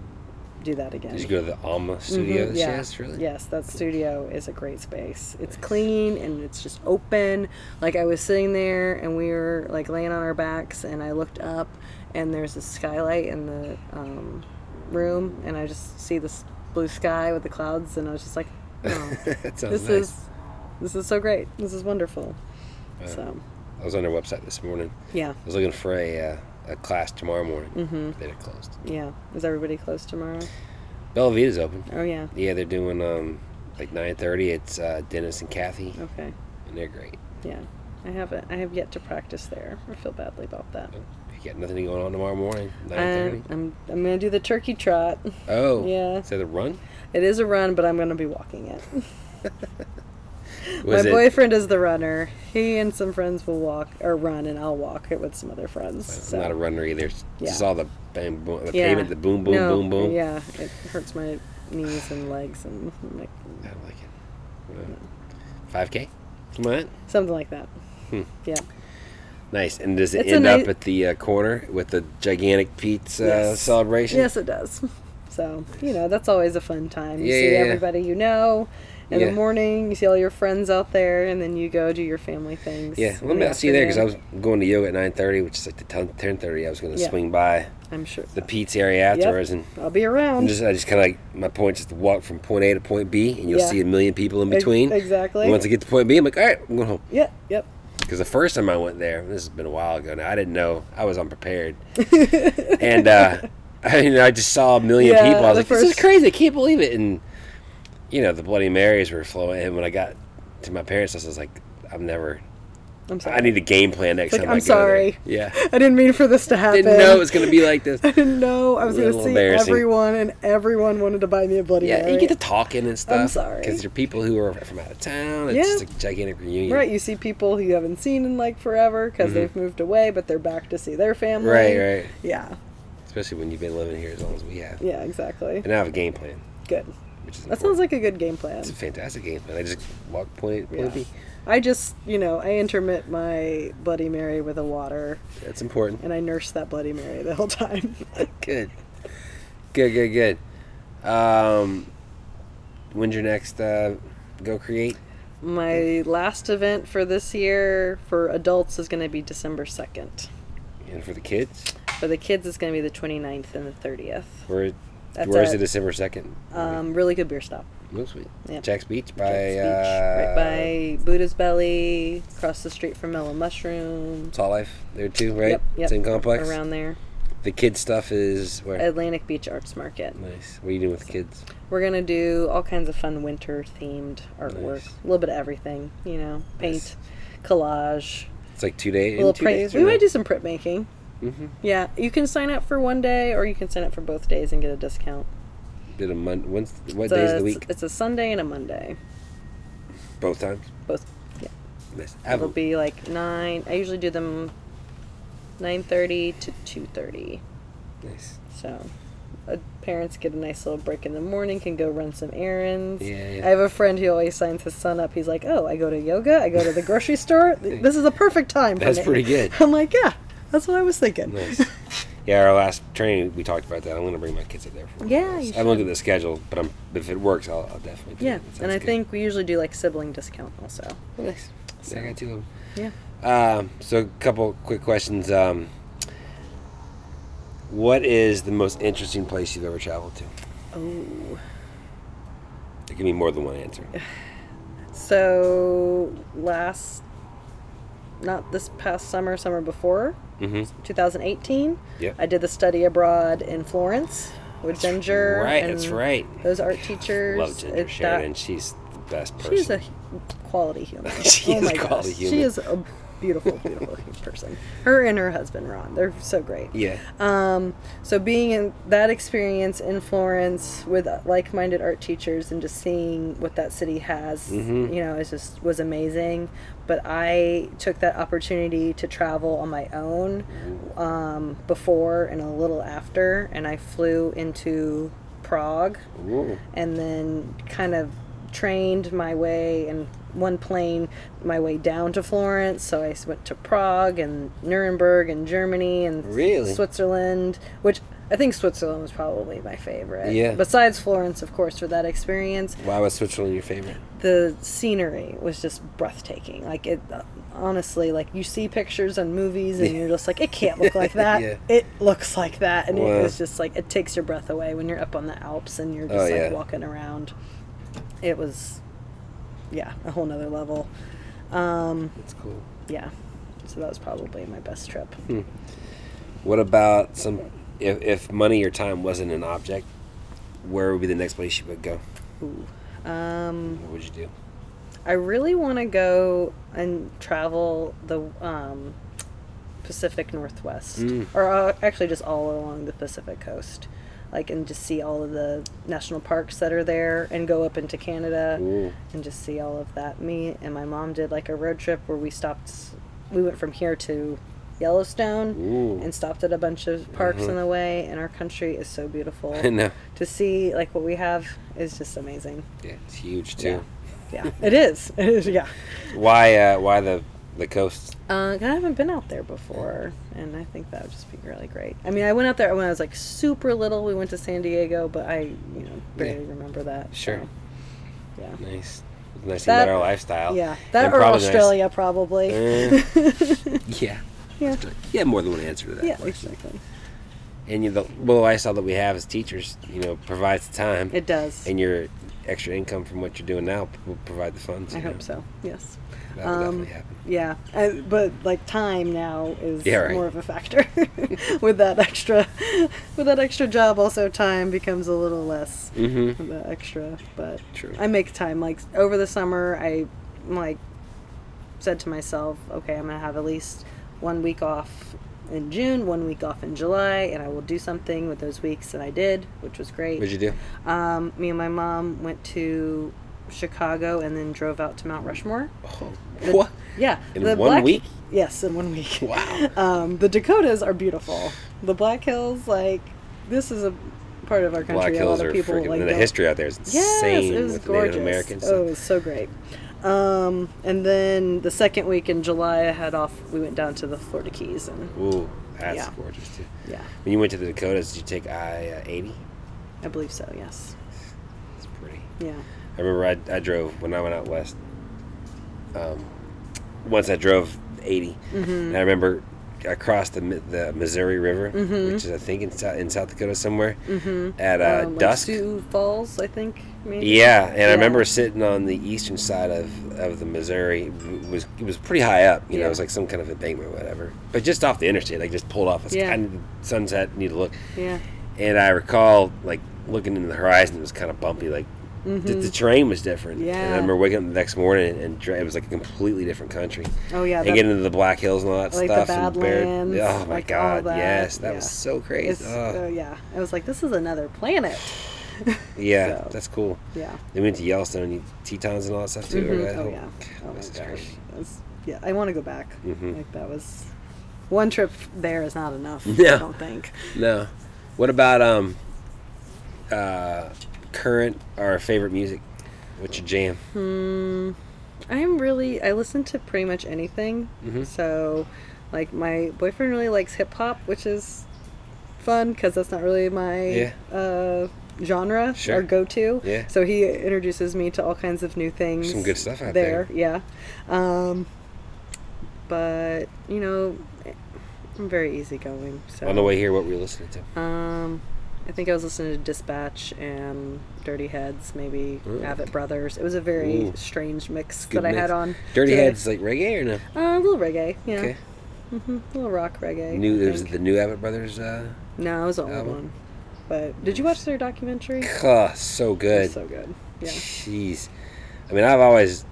S3: do that again.
S1: Did you go to the Alma studio? that she has? really?
S3: Yes, that studio is a great space. It's clean and it's just open. Like I was sitting there and we were like laying on our backs, and I looked up, and there's a skylight in the um, room, and I just see this blue sky with the clouds, and I was just like, oh,
S1: that sounds
S3: this
S1: nice. Uh,
S3: is this is so great. This is wonderful. So
S1: I was on their website this morning.
S3: yeah,
S1: I was looking for a, uh, a class tomorrow morning. Mm-hmm. They had it closed.
S3: yeah. Is everybody close tomorrow?
S1: Bella Vita's open.
S3: Oh yeah.
S1: Yeah, they're doing um, like 9.30. It's uh, Dennis and Kathy,
S3: Okay.
S1: and they're great.
S3: Yeah, I haven't. I have yet to practice there. I feel badly about that.
S1: You got nothing going on tomorrow morning,
S3: Um,
S1: 9.30?
S3: I'm I'm gonna do the turkey trot.
S1: oh.
S3: yeah.
S1: Is that a run?
S3: It is a run, but I'm gonna be walking it.
S1: Was
S3: My
S1: it-
S3: boyfriend is the runner. He and some friends will walk or run, and I'll walk it with some other friends.
S1: I'm
S3: So.
S1: not a runner either. It's
S3: Yeah.
S1: Just all the bang, boom, the pavement, the boom, boom,
S3: No,
S1: boom, boom.
S3: Yeah, it hurts my knees and legs and I'm like
S1: I don't like it. Uh, 5K? Come on.
S3: something like that.
S1: Hmm.
S3: Yeah.
S1: Nice. And does it
S3: It's a
S1: end
S3: nice-
S1: up at the uh, corner with the gigantic pizza
S3: Yes.
S1: celebration?
S3: Yes, it does. So you know that's always a fun time. You
S1: Yeah,
S3: see
S1: yeah, yeah.
S3: everybody you know in
S1: Yeah.
S3: the morning. You see all your friends out there, and then you go do your family things.
S1: Yeah.
S3: in
S1: Let me
S3: the
S1: I'll see you there because I was
S3: afternoon.
S1: going to yoga at nine thirty, which is like the ten thirty. I was going to
S3: Yeah.
S1: swing by
S3: I'm sure
S1: the pizza area afterwards, and
S3: I'll be
S1: I'm
S3: around.
S1: just I just kind of like my point is to walk from point A to point B, and you'll
S3: Yeah.
S1: see a million people in
S3: Ex-
S1: between.
S3: exactly.
S1: And once I get to point B, I'm like, all right, I'm going home.
S3: Yep, yep.
S1: Because the first time I went there, this has been a while ago now, I didn't know. I was unprepared. and uh, I, you know, I just saw a million
S3: Yeah,
S1: people. I was
S3: the
S1: like, this is
S3: first-
S1: crazy. I can't believe it. And, you know, the Bloody Marys were flowing. And when I got to my parents' house, I was like, I'm never.
S3: I'm sorry.
S1: I need a game plan next
S3: Like,
S1: time
S3: I'm
S1: I go there.
S3: sorry.
S1: Yeah.
S3: I didn't mean for this to happen.
S1: Didn't know it was going to be like this.
S3: I didn't know I was going
S1: Little
S3: to see
S1: embarrassing.
S3: everyone, and everyone wanted to buy me a bloody
S1: Yeah,
S3: Mary.
S1: you get to talking and stuff.
S3: sorry.
S1: Because you're people who are from out of town. It's
S3: Yeah.
S1: just a gigantic reunion.
S3: Right, you see people who you haven't seen in like forever because they've moved away, but they're back to see their family.
S1: Mm-hmm. Right, right.
S3: Yeah,
S1: Especially when you've been living here as long as we have.
S3: yeah, exactly.
S1: And I have a game plan,
S3: Good.
S1: which is
S3: That
S1: important.
S3: sounds like a good game plan.
S1: It's a fantastic game plan. I just walk point, point
S3: Yeah.
S1: B.
S3: I just, you know, I intermit my Bloody Mary with a water,
S1: That's important.
S3: and I nurse that Bloody Mary the whole time.
S1: Good. Good, good, good. Um, when's your next uh, Go Create?
S3: my last event for this year for adults is going to be December 2nd.
S1: And for the kids?
S3: For the kids, it's going to be the 29th and the 30th.
S1: Where,
S3: That's
S1: where's the
S3: at-
S1: December 2nd?
S3: Um, really good beer stop.
S1: Real sweet.
S3: yeah.
S1: Jack's Beach by.
S3: Jack's
S1: uh,
S3: right by Buddha's Belly, across the street from Mellow Mushroom.
S1: Salt Life there too, right?
S3: Yep, yep.
S1: Same complex.
S3: Around there.
S1: The kids stuff is where.
S3: Atlantic Beach Arts Market.
S1: nice. What are you doing with the kids?
S3: We're going to do all kinds of fun winter themed artwork.
S1: Nice.
S3: A little bit of everything, you know,
S1: Nice.
S3: paint, collage,
S1: It's like two days.
S3: little
S1: two
S3: print.
S1: days
S3: We might do some print making.
S1: mm-hmm.
S3: Yeah, you can sign up for one day or you can sign up for both days and get a discount.
S1: Did a month. When's, what
S3: It's
S1: days
S3: a,
S1: of the week?
S3: It's a Sunday and a Monday.
S1: Both times.
S3: Both. Yeah.
S1: Nice. I have
S3: It'll
S1: a
S3: be like 9. I usually do them 9.30 to 2.30.
S1: nice.
S3: So, uh, parents get a nice little break in the morning, can go run some errands.
S1: Yeah, yeah.
S3: I have a friend who always signs his son up. He's like, "Oh, I go to yoga. I go to the grocery store. Th- This is the perfect time." for
S1: That's
S3: me."
S1: pretty good.
S3: I'm like, "Yeah, that's what I was thinking."
S1: Nice. Yeah, our last training we talked about that. I'm gonna bring my kids up there for. one of
S3: Yeah,
S1: those.
S3: you
S1: I haven't looked at
S3: should.
S1: the schedule, but I'm but if it works, I'll, I'll definitely. Do
S3: yeah,
S1: it. That
S3: and
S1: sounds
S3: I
S1: good.
S3: think we usually do like sibling discount also.
S1: nice. So I got two of 'em.
S3: Yeah.
S1: Um, so a couple quick questions. Um, what is the most interesting place you've ever traveled to?
S3: Oh.
S1: It can be more than one answer.
S3: So last, not this past summer, summer before,
S1: Mm-hmm.
S3: 2018.
S1: Yep.
S3: I did the study abroad in Florence with Ginger.
S1: Right,
S3: and
S1: that's right.
S3: Those art teachers.
S1: Love Ginger
S3: It-
S1: Sheridan.
S3: that-
S1: She's the best person.
S3: she's a quality human.
S1: She
S3: oh
S1: is
S3: my
S1: a quality
S3: gosh.
S1: human.
S3: She is a beautiful, beautiful person. Her and her husband Ron, they're so great.
S1: yeah.
S3: Um, so being in that experience in Florence with uh, like-minded art teachers and just seeing what that city has,
S1: Mm-hmm.
S3: you know, is just was amazing. But I took that opportunity to travel on my own um, before and a little after, and I flew into Prague
S1: Ooh.
S3: and then kind of trained my way in one plane my way down to Florence. So I s- went to Prague and Nuremberg and Germany and
S1: Really?
S3: Switzerland, which I think Switzerland was probably my favorite.
S1: Yeah.
S3: Besides Florence, of course, for that experience,
S1: Why was Switzerland your favorite?
S3: the scenery was just breathtaking. Like it, honestly, like you see pictures and movies, and you're just like, it can't look like that.
S1: Yeah.
S3: It looks like that, and
S1: Wow.
S3: it was just like it takes your breath away when you're up on the Alps and you're just
S1: Oh,
S3: like
S1: yeah.
S3: walking around. It was, yeah, a whole nother level.
S1: That's cool.
S3: Yeah, so that was probably my best trip.
S1: What about some? If, if money or time wasn't an object, where would be the next place you would go?
S3: Ooh. Um,
S1: What would you do?
S3: I really want to go and travel the um, Pacific Northwest,
S1: Mm.
S3: or uh, actually just all along the Pacific coast, like and just see all of the national parks that are there, and go up into Canada
S1: Ooh.
S3: and just see all of that. Me and my mom did like a road trip where we stopped. We went from here to Yellowstone
S1: Ooh. Uh-huh.
S3: and stopped at a bunch of parks on the way. And our country is so beautiful.
S1: I know.
S3: To see like what we have is just amazing.
S1: Yeah, it's huge too.
S3: Yeah. Yeah, it is. It is. Yeah.
S1: Why? Uh, why the the coast?
S3: Uh, 'cause I haven't been out there before, and I think that would just be really great. I mean, I went out there when I was like super little. We went to San Diego, but I, you know, barely remember that.
S1: Sure.
S3: so, yeah.
S1: Nice. It's nice
S3: That-
S1: about our lifestyle.
S3: Yeah, that
S1: And
S3: or
S1: probably nice-
S3: Australia probably.
S1: Eh. yeah.
S3: yeah,
S1: Yeah, more than one answer to that.
S3: yeah,
S1: question.
S3: exactly.
S1: And you, the well, the lifestyle that we have as teachers, you know, provides the time.
S3: It does.
S1: and you're extra income from what you're doing now p- will provide the funds.
S3: I
S1: you know?
S3: hope so. Yes.
S1: That will
S3: Um,
S1: definitely happen.
S3: Yeah, I, but like time now is
S1: Yeah, right.
S3: more of a factor with that extra with that extra job. Also, time becomes a little less
S1: Mm-hmm.
S3: of the extra. But
S1: True.
S3: I make time. Like over the summer, I like said to myself, okay, I'm gonna have at least one week off in June, one week off in July, and I will do something with those weeks. And I did, which was great.
S1: What'd you do?
S3: Um, me and my mom went to Chicago and then drove out to Mount Rushmore.
S1: Oh,
S3: The-
S1: what?
S3: Yeah.
S1: In one week?
S3: Yes, in one week.
S1: Wow.
S3: Um, the Dakotas are beautiful. The Black Hills, like, this is a part of our country.
S1: Black
S3: a
S1: Hills
S3: lot
S1: are
S3: of people
S1: freaking.
S3: like
S1: and the
S3: don't-
S1: history out there is
S3: Yes,
S1: insane
S3: it was
S1: with
S3: gorgeous.
S1: Native Americans.
S3: Oh, it was so great. Um, and then the second week in July, I had off. We went down to the Florida Keys, and
S1: Ooh, that's
S3: Yeah.
S1: gorgeous too.
S3: yeah,
S1: When you went to the Dakotas, did you take I eighty?
S3: I believe so. Yes.
S1: It's pretty.
S3: Yeah.
S1: I remember I, I drove when I went out west. Um, once I drove 80
S3: Mm-hmm.
S1: and I remember I crossed the Mi- the Missouri River,
S3: Mm-hmm.
S1: which is I think in South, in South Dakota somewhere, at uh,
S3: Um, like
S1: dusk.
S3: Sioux Falls, I think. Maybe.
S1: Yeah, and I
S3: Yeah.
S1: remember sitting on the eastern side of, of the Missouri. It was it was pretty high up, you know, it was
S3: Yeah.
S1: like some kind of embankment, or whatever. But just off the interstate, like just pulled off. It's
S3: Yeah.
S1: kind of the sunset. Need to look,
S3: Yeah.
S1: and I recall like looking into the horizon. It was kind of bumpy, like the, the terrain was different. And I
S3: Mm-hmm. Yeah.
S1: remember waking up the next morning and dr- it was like a completely different country.
S3: Oh yeah.
S1: and
S3: that-
S1: getting into the black hills and all that
S3: Like the
S1: stuff. and
S3: Badlands,
S1: oh my
S3: like all
S1: god,
S3: that,
S1: yes, that was
S3: yeah.
S1: so
S3: it's,
S1: crazy. Oh,
S3: uh, yeah. I was like, this is another planet.
S1: yeah,
S3: so-
S1: that's cool.
S3: Yeah.
S1: They went to Yellowstone and Tetons and all that stuff too.
S3: Mhm.
S1: right?
S3: Oh
S1: Whole-
S3: yeah. Oh my
S1: this is
S3: gosh.
S1: crazy.
S3: That's, yeah, I want to go back.
S1: Mhm.
S3: Like that was one trip there is not enough.
S1: No.
S3: I don't think.
S1: No, what about um, uh, current or favorite music? What's your jam?
S3: I'm really I listen to pretty much anything.
S1: Mhm.
S3: So, like my boyfriend really likes hip hop, which is fun because that's not really my uh, genre
S1: Sure.
S3: or go to.
S1: Yeah.
S3: So he introduces me to all kinds of new things.
S1: Some good stuff out
S3: Yeah. Um, but you know, I'm very easygoing. So
S1: On the way here, what were you listening to?
S3: um, I think I was listening to Dispatch and Dirty Heads, maybe
S1: Ooh.
S3: Abbott Brothers. It was a very
S1: Ooh.
S3: strange mix
S1: Good
S3: that I
S1: mix.
S3: had on.
S1: Dirty
S3: today.
S1: Heads, like reggae or no?
S3: Uh, a little reggae, yeah.
S1: Okay.
S3: hmm A little rock reggae.
S1: New,
S3: I
S1: there's
S3: think.
S1: the new Abbott Brothers. Uh,
S3: No, it was the old
S1: album.
S3: one. But did you watch their documentary? It
S1: oh, so good.
S3: was so good. Yeah.
S1: Jeez, I mean, I've always,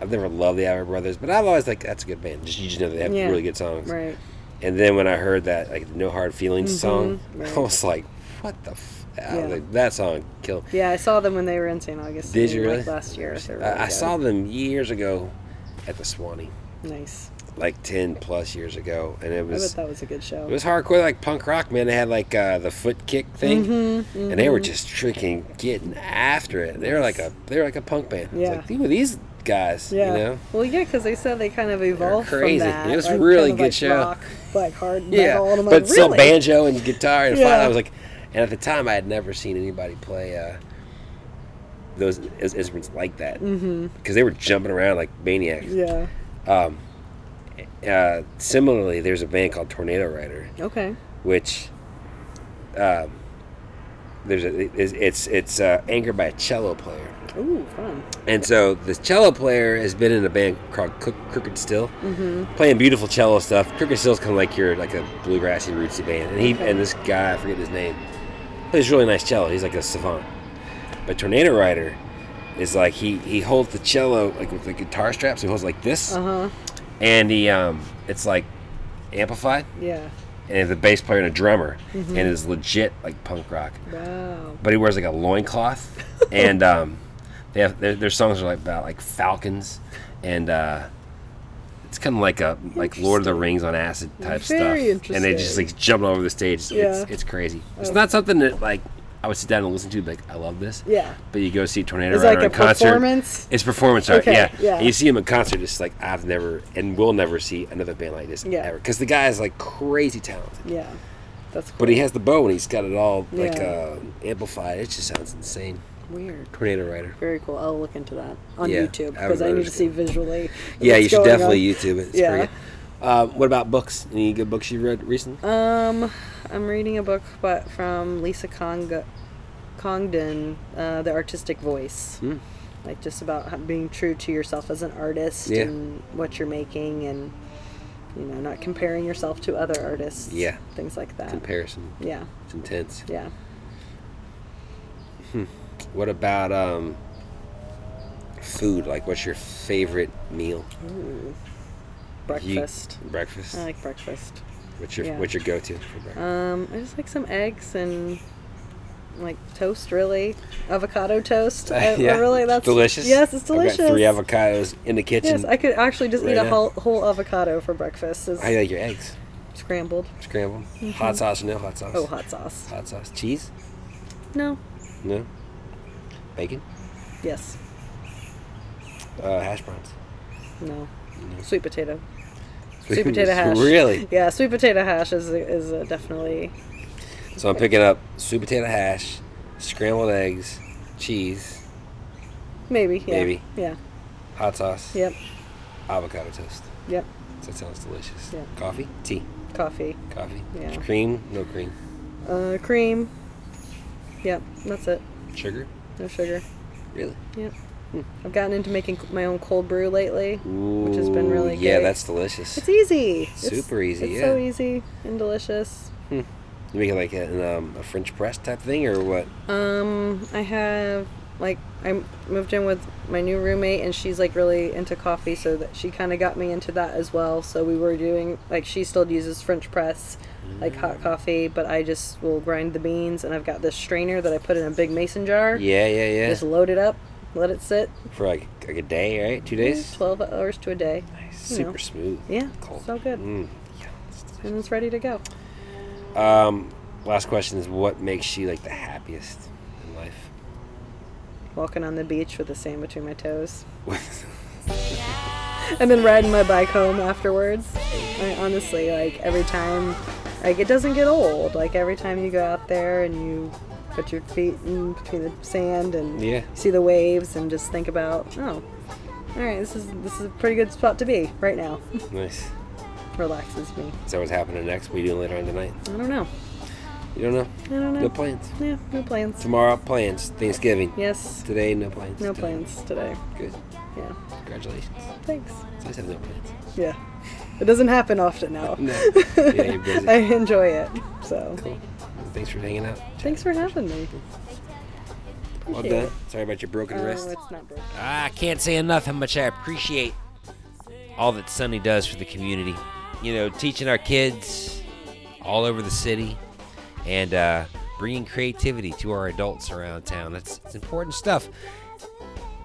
S1: I've never loved the Abbott Brothers, but I've always like that's a good band. Just you just know they have
S3: Yeah.
S1: really good songs.
S3: Right.
S1: And then when I heard that like No Hard Feelings
S3: Mhm,
S1: song,
S3: right.
S1: I was like, what the. F-? I was
S3: Yeah.
S1: like, that song killed.
S3: Yeah, I saw them when they were in St. Augustine.
S1: Did you
S3: like,
S1: really?
S3: last year. They were
S1: I,
S3: really
S1: I
S3: good.
S1: saw them years ago at the Swanee,
S3: Nice.
S1: like ten plus years ago, and it
S3: I bet
S1: was
S3: that was a good show.
S1: it was hardcore like punk rock. Man, they had like uh, the foot kick thing,
S3: Mm-hmm,
S1: and they were just freaking getting after it. They were like a they were like a punk band. I was
S3: Yeah.
S1: like, who are these guys?
S3: yeah.
S1: You know,
S3: Well, yeah, because they said they kind of evolved
S1: crazy.
S3: from that.
S1: It was
S3: like,
S1: really
S3: kind of,
S1: good
S3: like,
S1: show.
S3: Rock, like hard
S1: yeah,
S3: metal. And I'm
S1: but
S3: like,
S1: still
S3: really?
S1: banjo and guitar and flat.
S3: Yeah.
S1: I was like, and at the time I had never seen anybody play uh, those is- instruments like that because they were jumping around like maniacs.
S3: Mm-hmm. Yeah.
S1: Um, uh, similarly, there's a band called Tornado Rider,
S3: Okay.
S1: which um, there's a it's it's, it's uh, anchored by a cello player.
S3: Ooh, fun.
S1: And so the cello player has been in a band called Crook- Crooked Still, playing beautiful cello stuff. Crooked Still's kind of like your like a bluegrassy rootsy band, and he
S3: Okay.
S1: and this guy I forget his name plays really nice cello. He's like a savant. But Tornado Rider is like he he holds the cello like with the guitar straps. He holds it like this,
S3: Uh huh.
S1: and he um it's like amplified,
S3: Yeah.
S1: and the bass player and a drummer, and it's legit like punk rock
S3: Wow.
S1: but he wears like a loincloth and um, they have their, their songs are like about like falcons and uh, it's kind of like a like lord of the rings on acid type
S3: Very
S1: stuff and they just
S3: interesting.
S1: like jumping all over the stage so it's,
S3: Yeah.
S1: it's crazy it's
S3: Oh.
S1: not something that like i would sit down and listen to and be like i love this
S3: Yeah.
S1: but you go see tornado
S3: It's
S1: Rider
S3: like a
S1: in concert
S3: performance.
S1: it's performance art,
S3: Okay,
S1: yeah.
S3: yeah.
S1: And you see him in concert, it's like I've never and will never see another band like this
S3: Yeah.
S1: ever. Because the guy is like crazy talented.
S3: Yeah. That's cool.
S1: But he has the bow and he's got it all like
S3: Yeah.
S1: uh, amplified. It just sounds insane.
S3: Weird.
S1: Tornado Rider.
S3: Very cool. I'll look into that on
S1: Yeah,
S3: YouTube
S1: I
S3: because
S1: would
S3: I, need to
S1: understand.
S3: see visually.
S1: Yeah,
S3: what's
S1: you should
S3: going
S1: definitely
S3: on.
S1: YouTube it. It's
S3: Yeah.
S1: pretty good.
S4: Uh,
S1: Um, what about books? Any good
S3: Uh.
S1: books you read recently?
S3: Um, I'm reading a book, but from Lisa Conga, Congdon, uh, the artistic voice.
S4: Hmm.
S3: Like just about how- being true to yourself as an artist
S4: Yeah.
S3: and what you're making, and you know, not comparing yourself to other artists.
S4: Yeah.
S3: things like that.
S4: Comparison.
S3: yeah,
S4: It's intense.
S3: yeah.
S4: What about um, food? Like, what's your favorite meal?
S3: Ooh.
S4: You-
S3: Breakfast.
S4: breakfast.
S3: I like breakfast.
S4: what's your
S3: yeah.
S4: What's your go-to for breakfast?
S3: Um, I just like some eggs and like toast, really. Avocado toast. I, I
S4: Yeah,
S3: oh, really,
S4: it's
S3: that's
S4: delicious.
S3: Yes, it's delicious.
S4: I've got three avocados in the kitchen.
S3: Yes, I could actually just eat
S4: right
S3: a
S4: now. uh,
S3: whole, whole avocado for breakfast. It's
S4: How you like your eggs?
S3: scrambled.
S4: Scrambled, hot sauce or no hot sauce?
S3: Mm-hmm. Oh, hot sauce.
S4: Hot sauce, cheese,
S3: No.
S4: no, bacon,
S3: Yes.
S4: uh, hash browns.
S3: No. Sweet potato. Sweet potato hash.
S4: really?
S3: Yeah, sweet potato hash is is uh, definitely
S4: So I'm picking up sweet potato hash, scrambled eggs, cheese,
S3: maybe. Yeah.
S4: Maybe.
S3: Yeah.
S4: hot sauce,
S3: Yep.
S4: avocado toast.
S3: Yep.
S4: That sounds delicious.
S3: Yeah.
S4: Coffee, tea,
S3: Coffee.
S4: coffee,
S3: Yeah.
S4: cream, no cream,
S3: Uh, cream. Yep. That's it.
S4: sugar.
S3: No sugar.
S4: Really?
S3: Yep. Hmm. I've gotten into making my own cold brew lately, which has been
S4: Ooh,
S3: really
S4: yeah.
S3: great.
S4: That's delicious.
S3: It's easy. It's-
S4: Super easy,
S3: It's
S4: yeah.
S3: so easy and delicious.
S4: You make it like a, an, um, a French press type thing or what?
S3: Um, I have like I moved in with my new roommate, and she's like really into coffee, so that she kind of got me into that as well. So we were doing like she still uses French press, like
S4: Mm.
S3: hot coffee, but I just will grind the beans, and I've got this strainer that I put in a big mason jar.
S4: Yeah, yeah, yeah.
S3: Just load it up, let it sit.
S4: For like, like a day, right? Two days?
S3: Twelve hours to a day.
S4: Nice.
S3: you
S4: Super
S3: know.
S4: smooth.
S3: Yeah,
S4: Cold.
S3: so good.
S4: Mm, yeah, it's delicious.
S3: And it's ready to go.
S4: Um, last question is what makes you like the happiest in life?
S3: Walking on the beach with the sand between my toes. and then riding my bike home afterwards. I honestly, like every time, like it doesn't get old. Like every time you go out there and you put your feet in between the sand and
S4: Yeah.
S3: see the waves and just think about, oh, all right, this is this is a pretty good spot to be right now.
S4: nice.
S3: Relaxes me.
S4: Is that what's happening next? What are you doing later on tonight?
S3: I don't know.
S4: You don't know?
S3: I don't know.
S4: No plans.
S3: Yeah, no plans.
S4: Tomorrow, plans. Thanksgiving.
S3: Yes,
S4: Today, no plans.
S3: no
S4: Today.
S3: plans today.
S4: Good.
S3: Yeah,
S4: Congratulations.
S3: thanks.
S4: It's nice to have no plans.
S3: Yeah. It doesn't happen often now.
S4: No. yeah, you're busy.
S3: I enjoy it. So
S4: Cool. Thanks for hanging out.
S3: thanks for having me.
S4: Well
S3: Appreciate
S4: done. Sorry about your broken
S3: Oh,
S4: wrist.
S3: it's not broken.
S1: I can't say enough how much I appreciate all that Sonny does for the community. You know, teaching our kids all over the city and uh, bringing creativity to our adults around town. That's it's important stuff.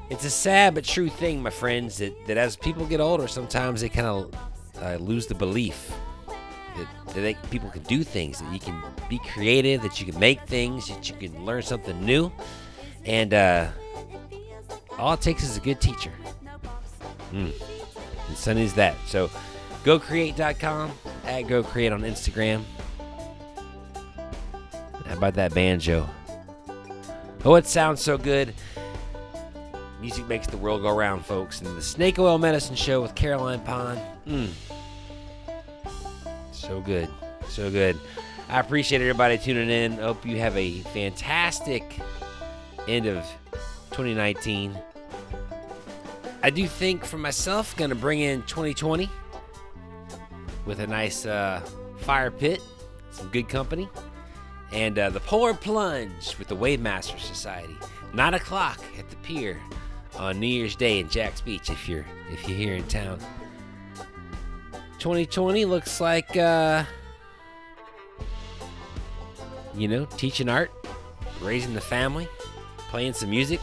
S1: It's a sad but true thing, my friends, that, that as people get older, sometimes they kind of uh, lose the belief that, that they, people can do things, that you can be creative, that you can make things, that you can learn something new. And, uh, all it takes is a good teacher. Mm. And Sunny's that. So gocreate.com, at gocreate on Instagram. How about that banjo? Oh, it sounds so good. Music makes the world go round, folks. And the Snake Oil Medicine Show with Caroline Pond. Mm. So good. So good. I appreciate everybody tuning in. Hope you have a fantastic end of 2019. I do think for myself, gonna bring in 2020 with a nice uh, fire pit, some good company, and uh, the polar plunge with the Wave Master Society. Nine o'clock at the pier on New Year's Day in Jack's Beach. If you're if you're here in town, 2020 looks like uh, you know teaching art, raising the family, playing some music,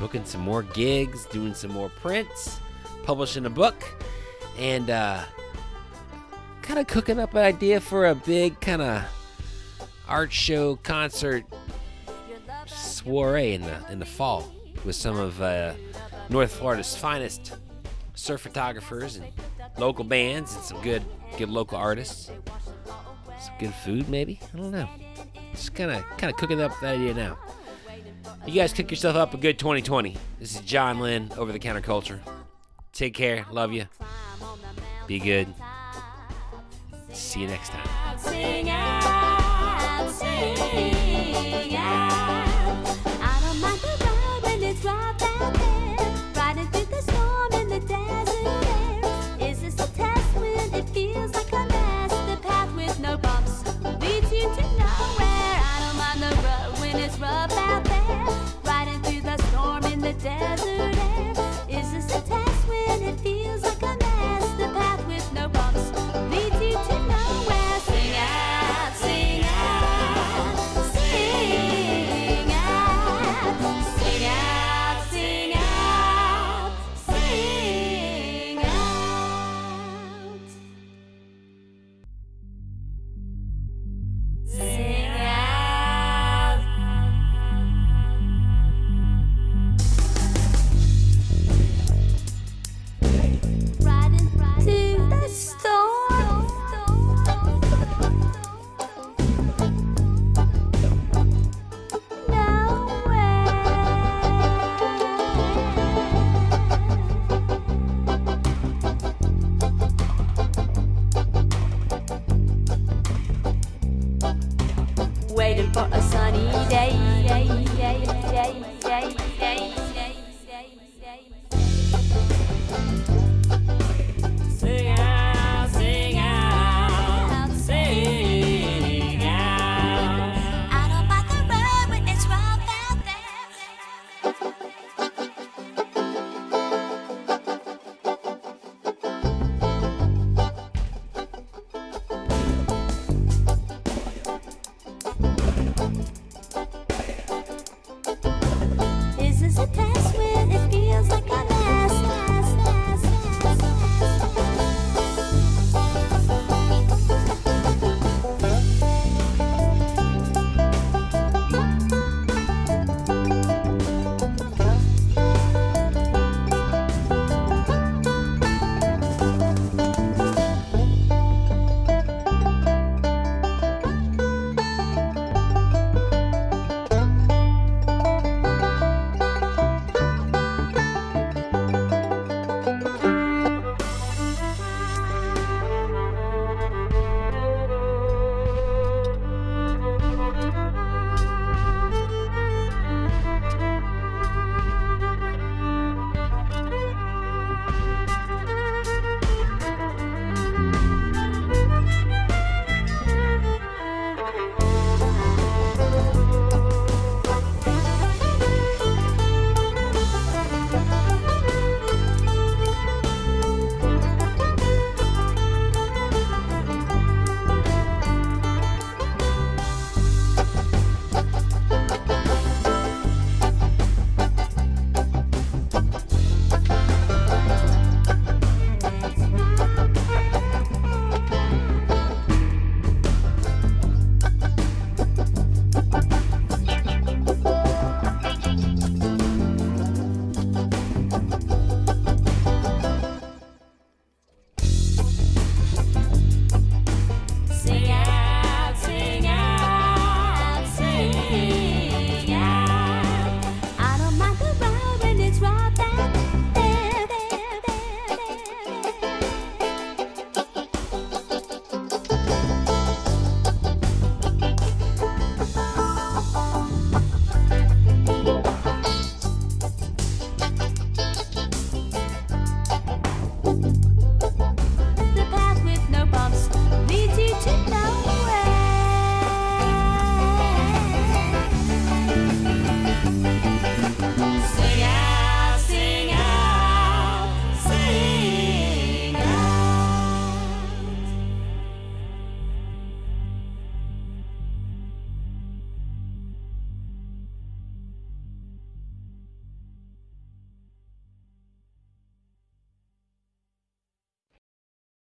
S1: booking some more gigs, doing some more prints, publishing a book, and uh, kind of cooking up an idea for a big kind of art show concert soiree in the in the fall with some of uh, North Florida's finest surf photographers and local bands and some good good local artists. Some good food, maybe. I don't know. Just kind of kind of cooking up that idea now. You guys cook yourself up a good 2020. This is John Lynn, Over the Counterculture. Take care. Love you. Be good. See you next time.
S5: Sing out, sing out. waiting for a sunny day. day, day, day, day, day, day, day, day. Sing out, sing out, sing out. Out on by the road when it's rough out there.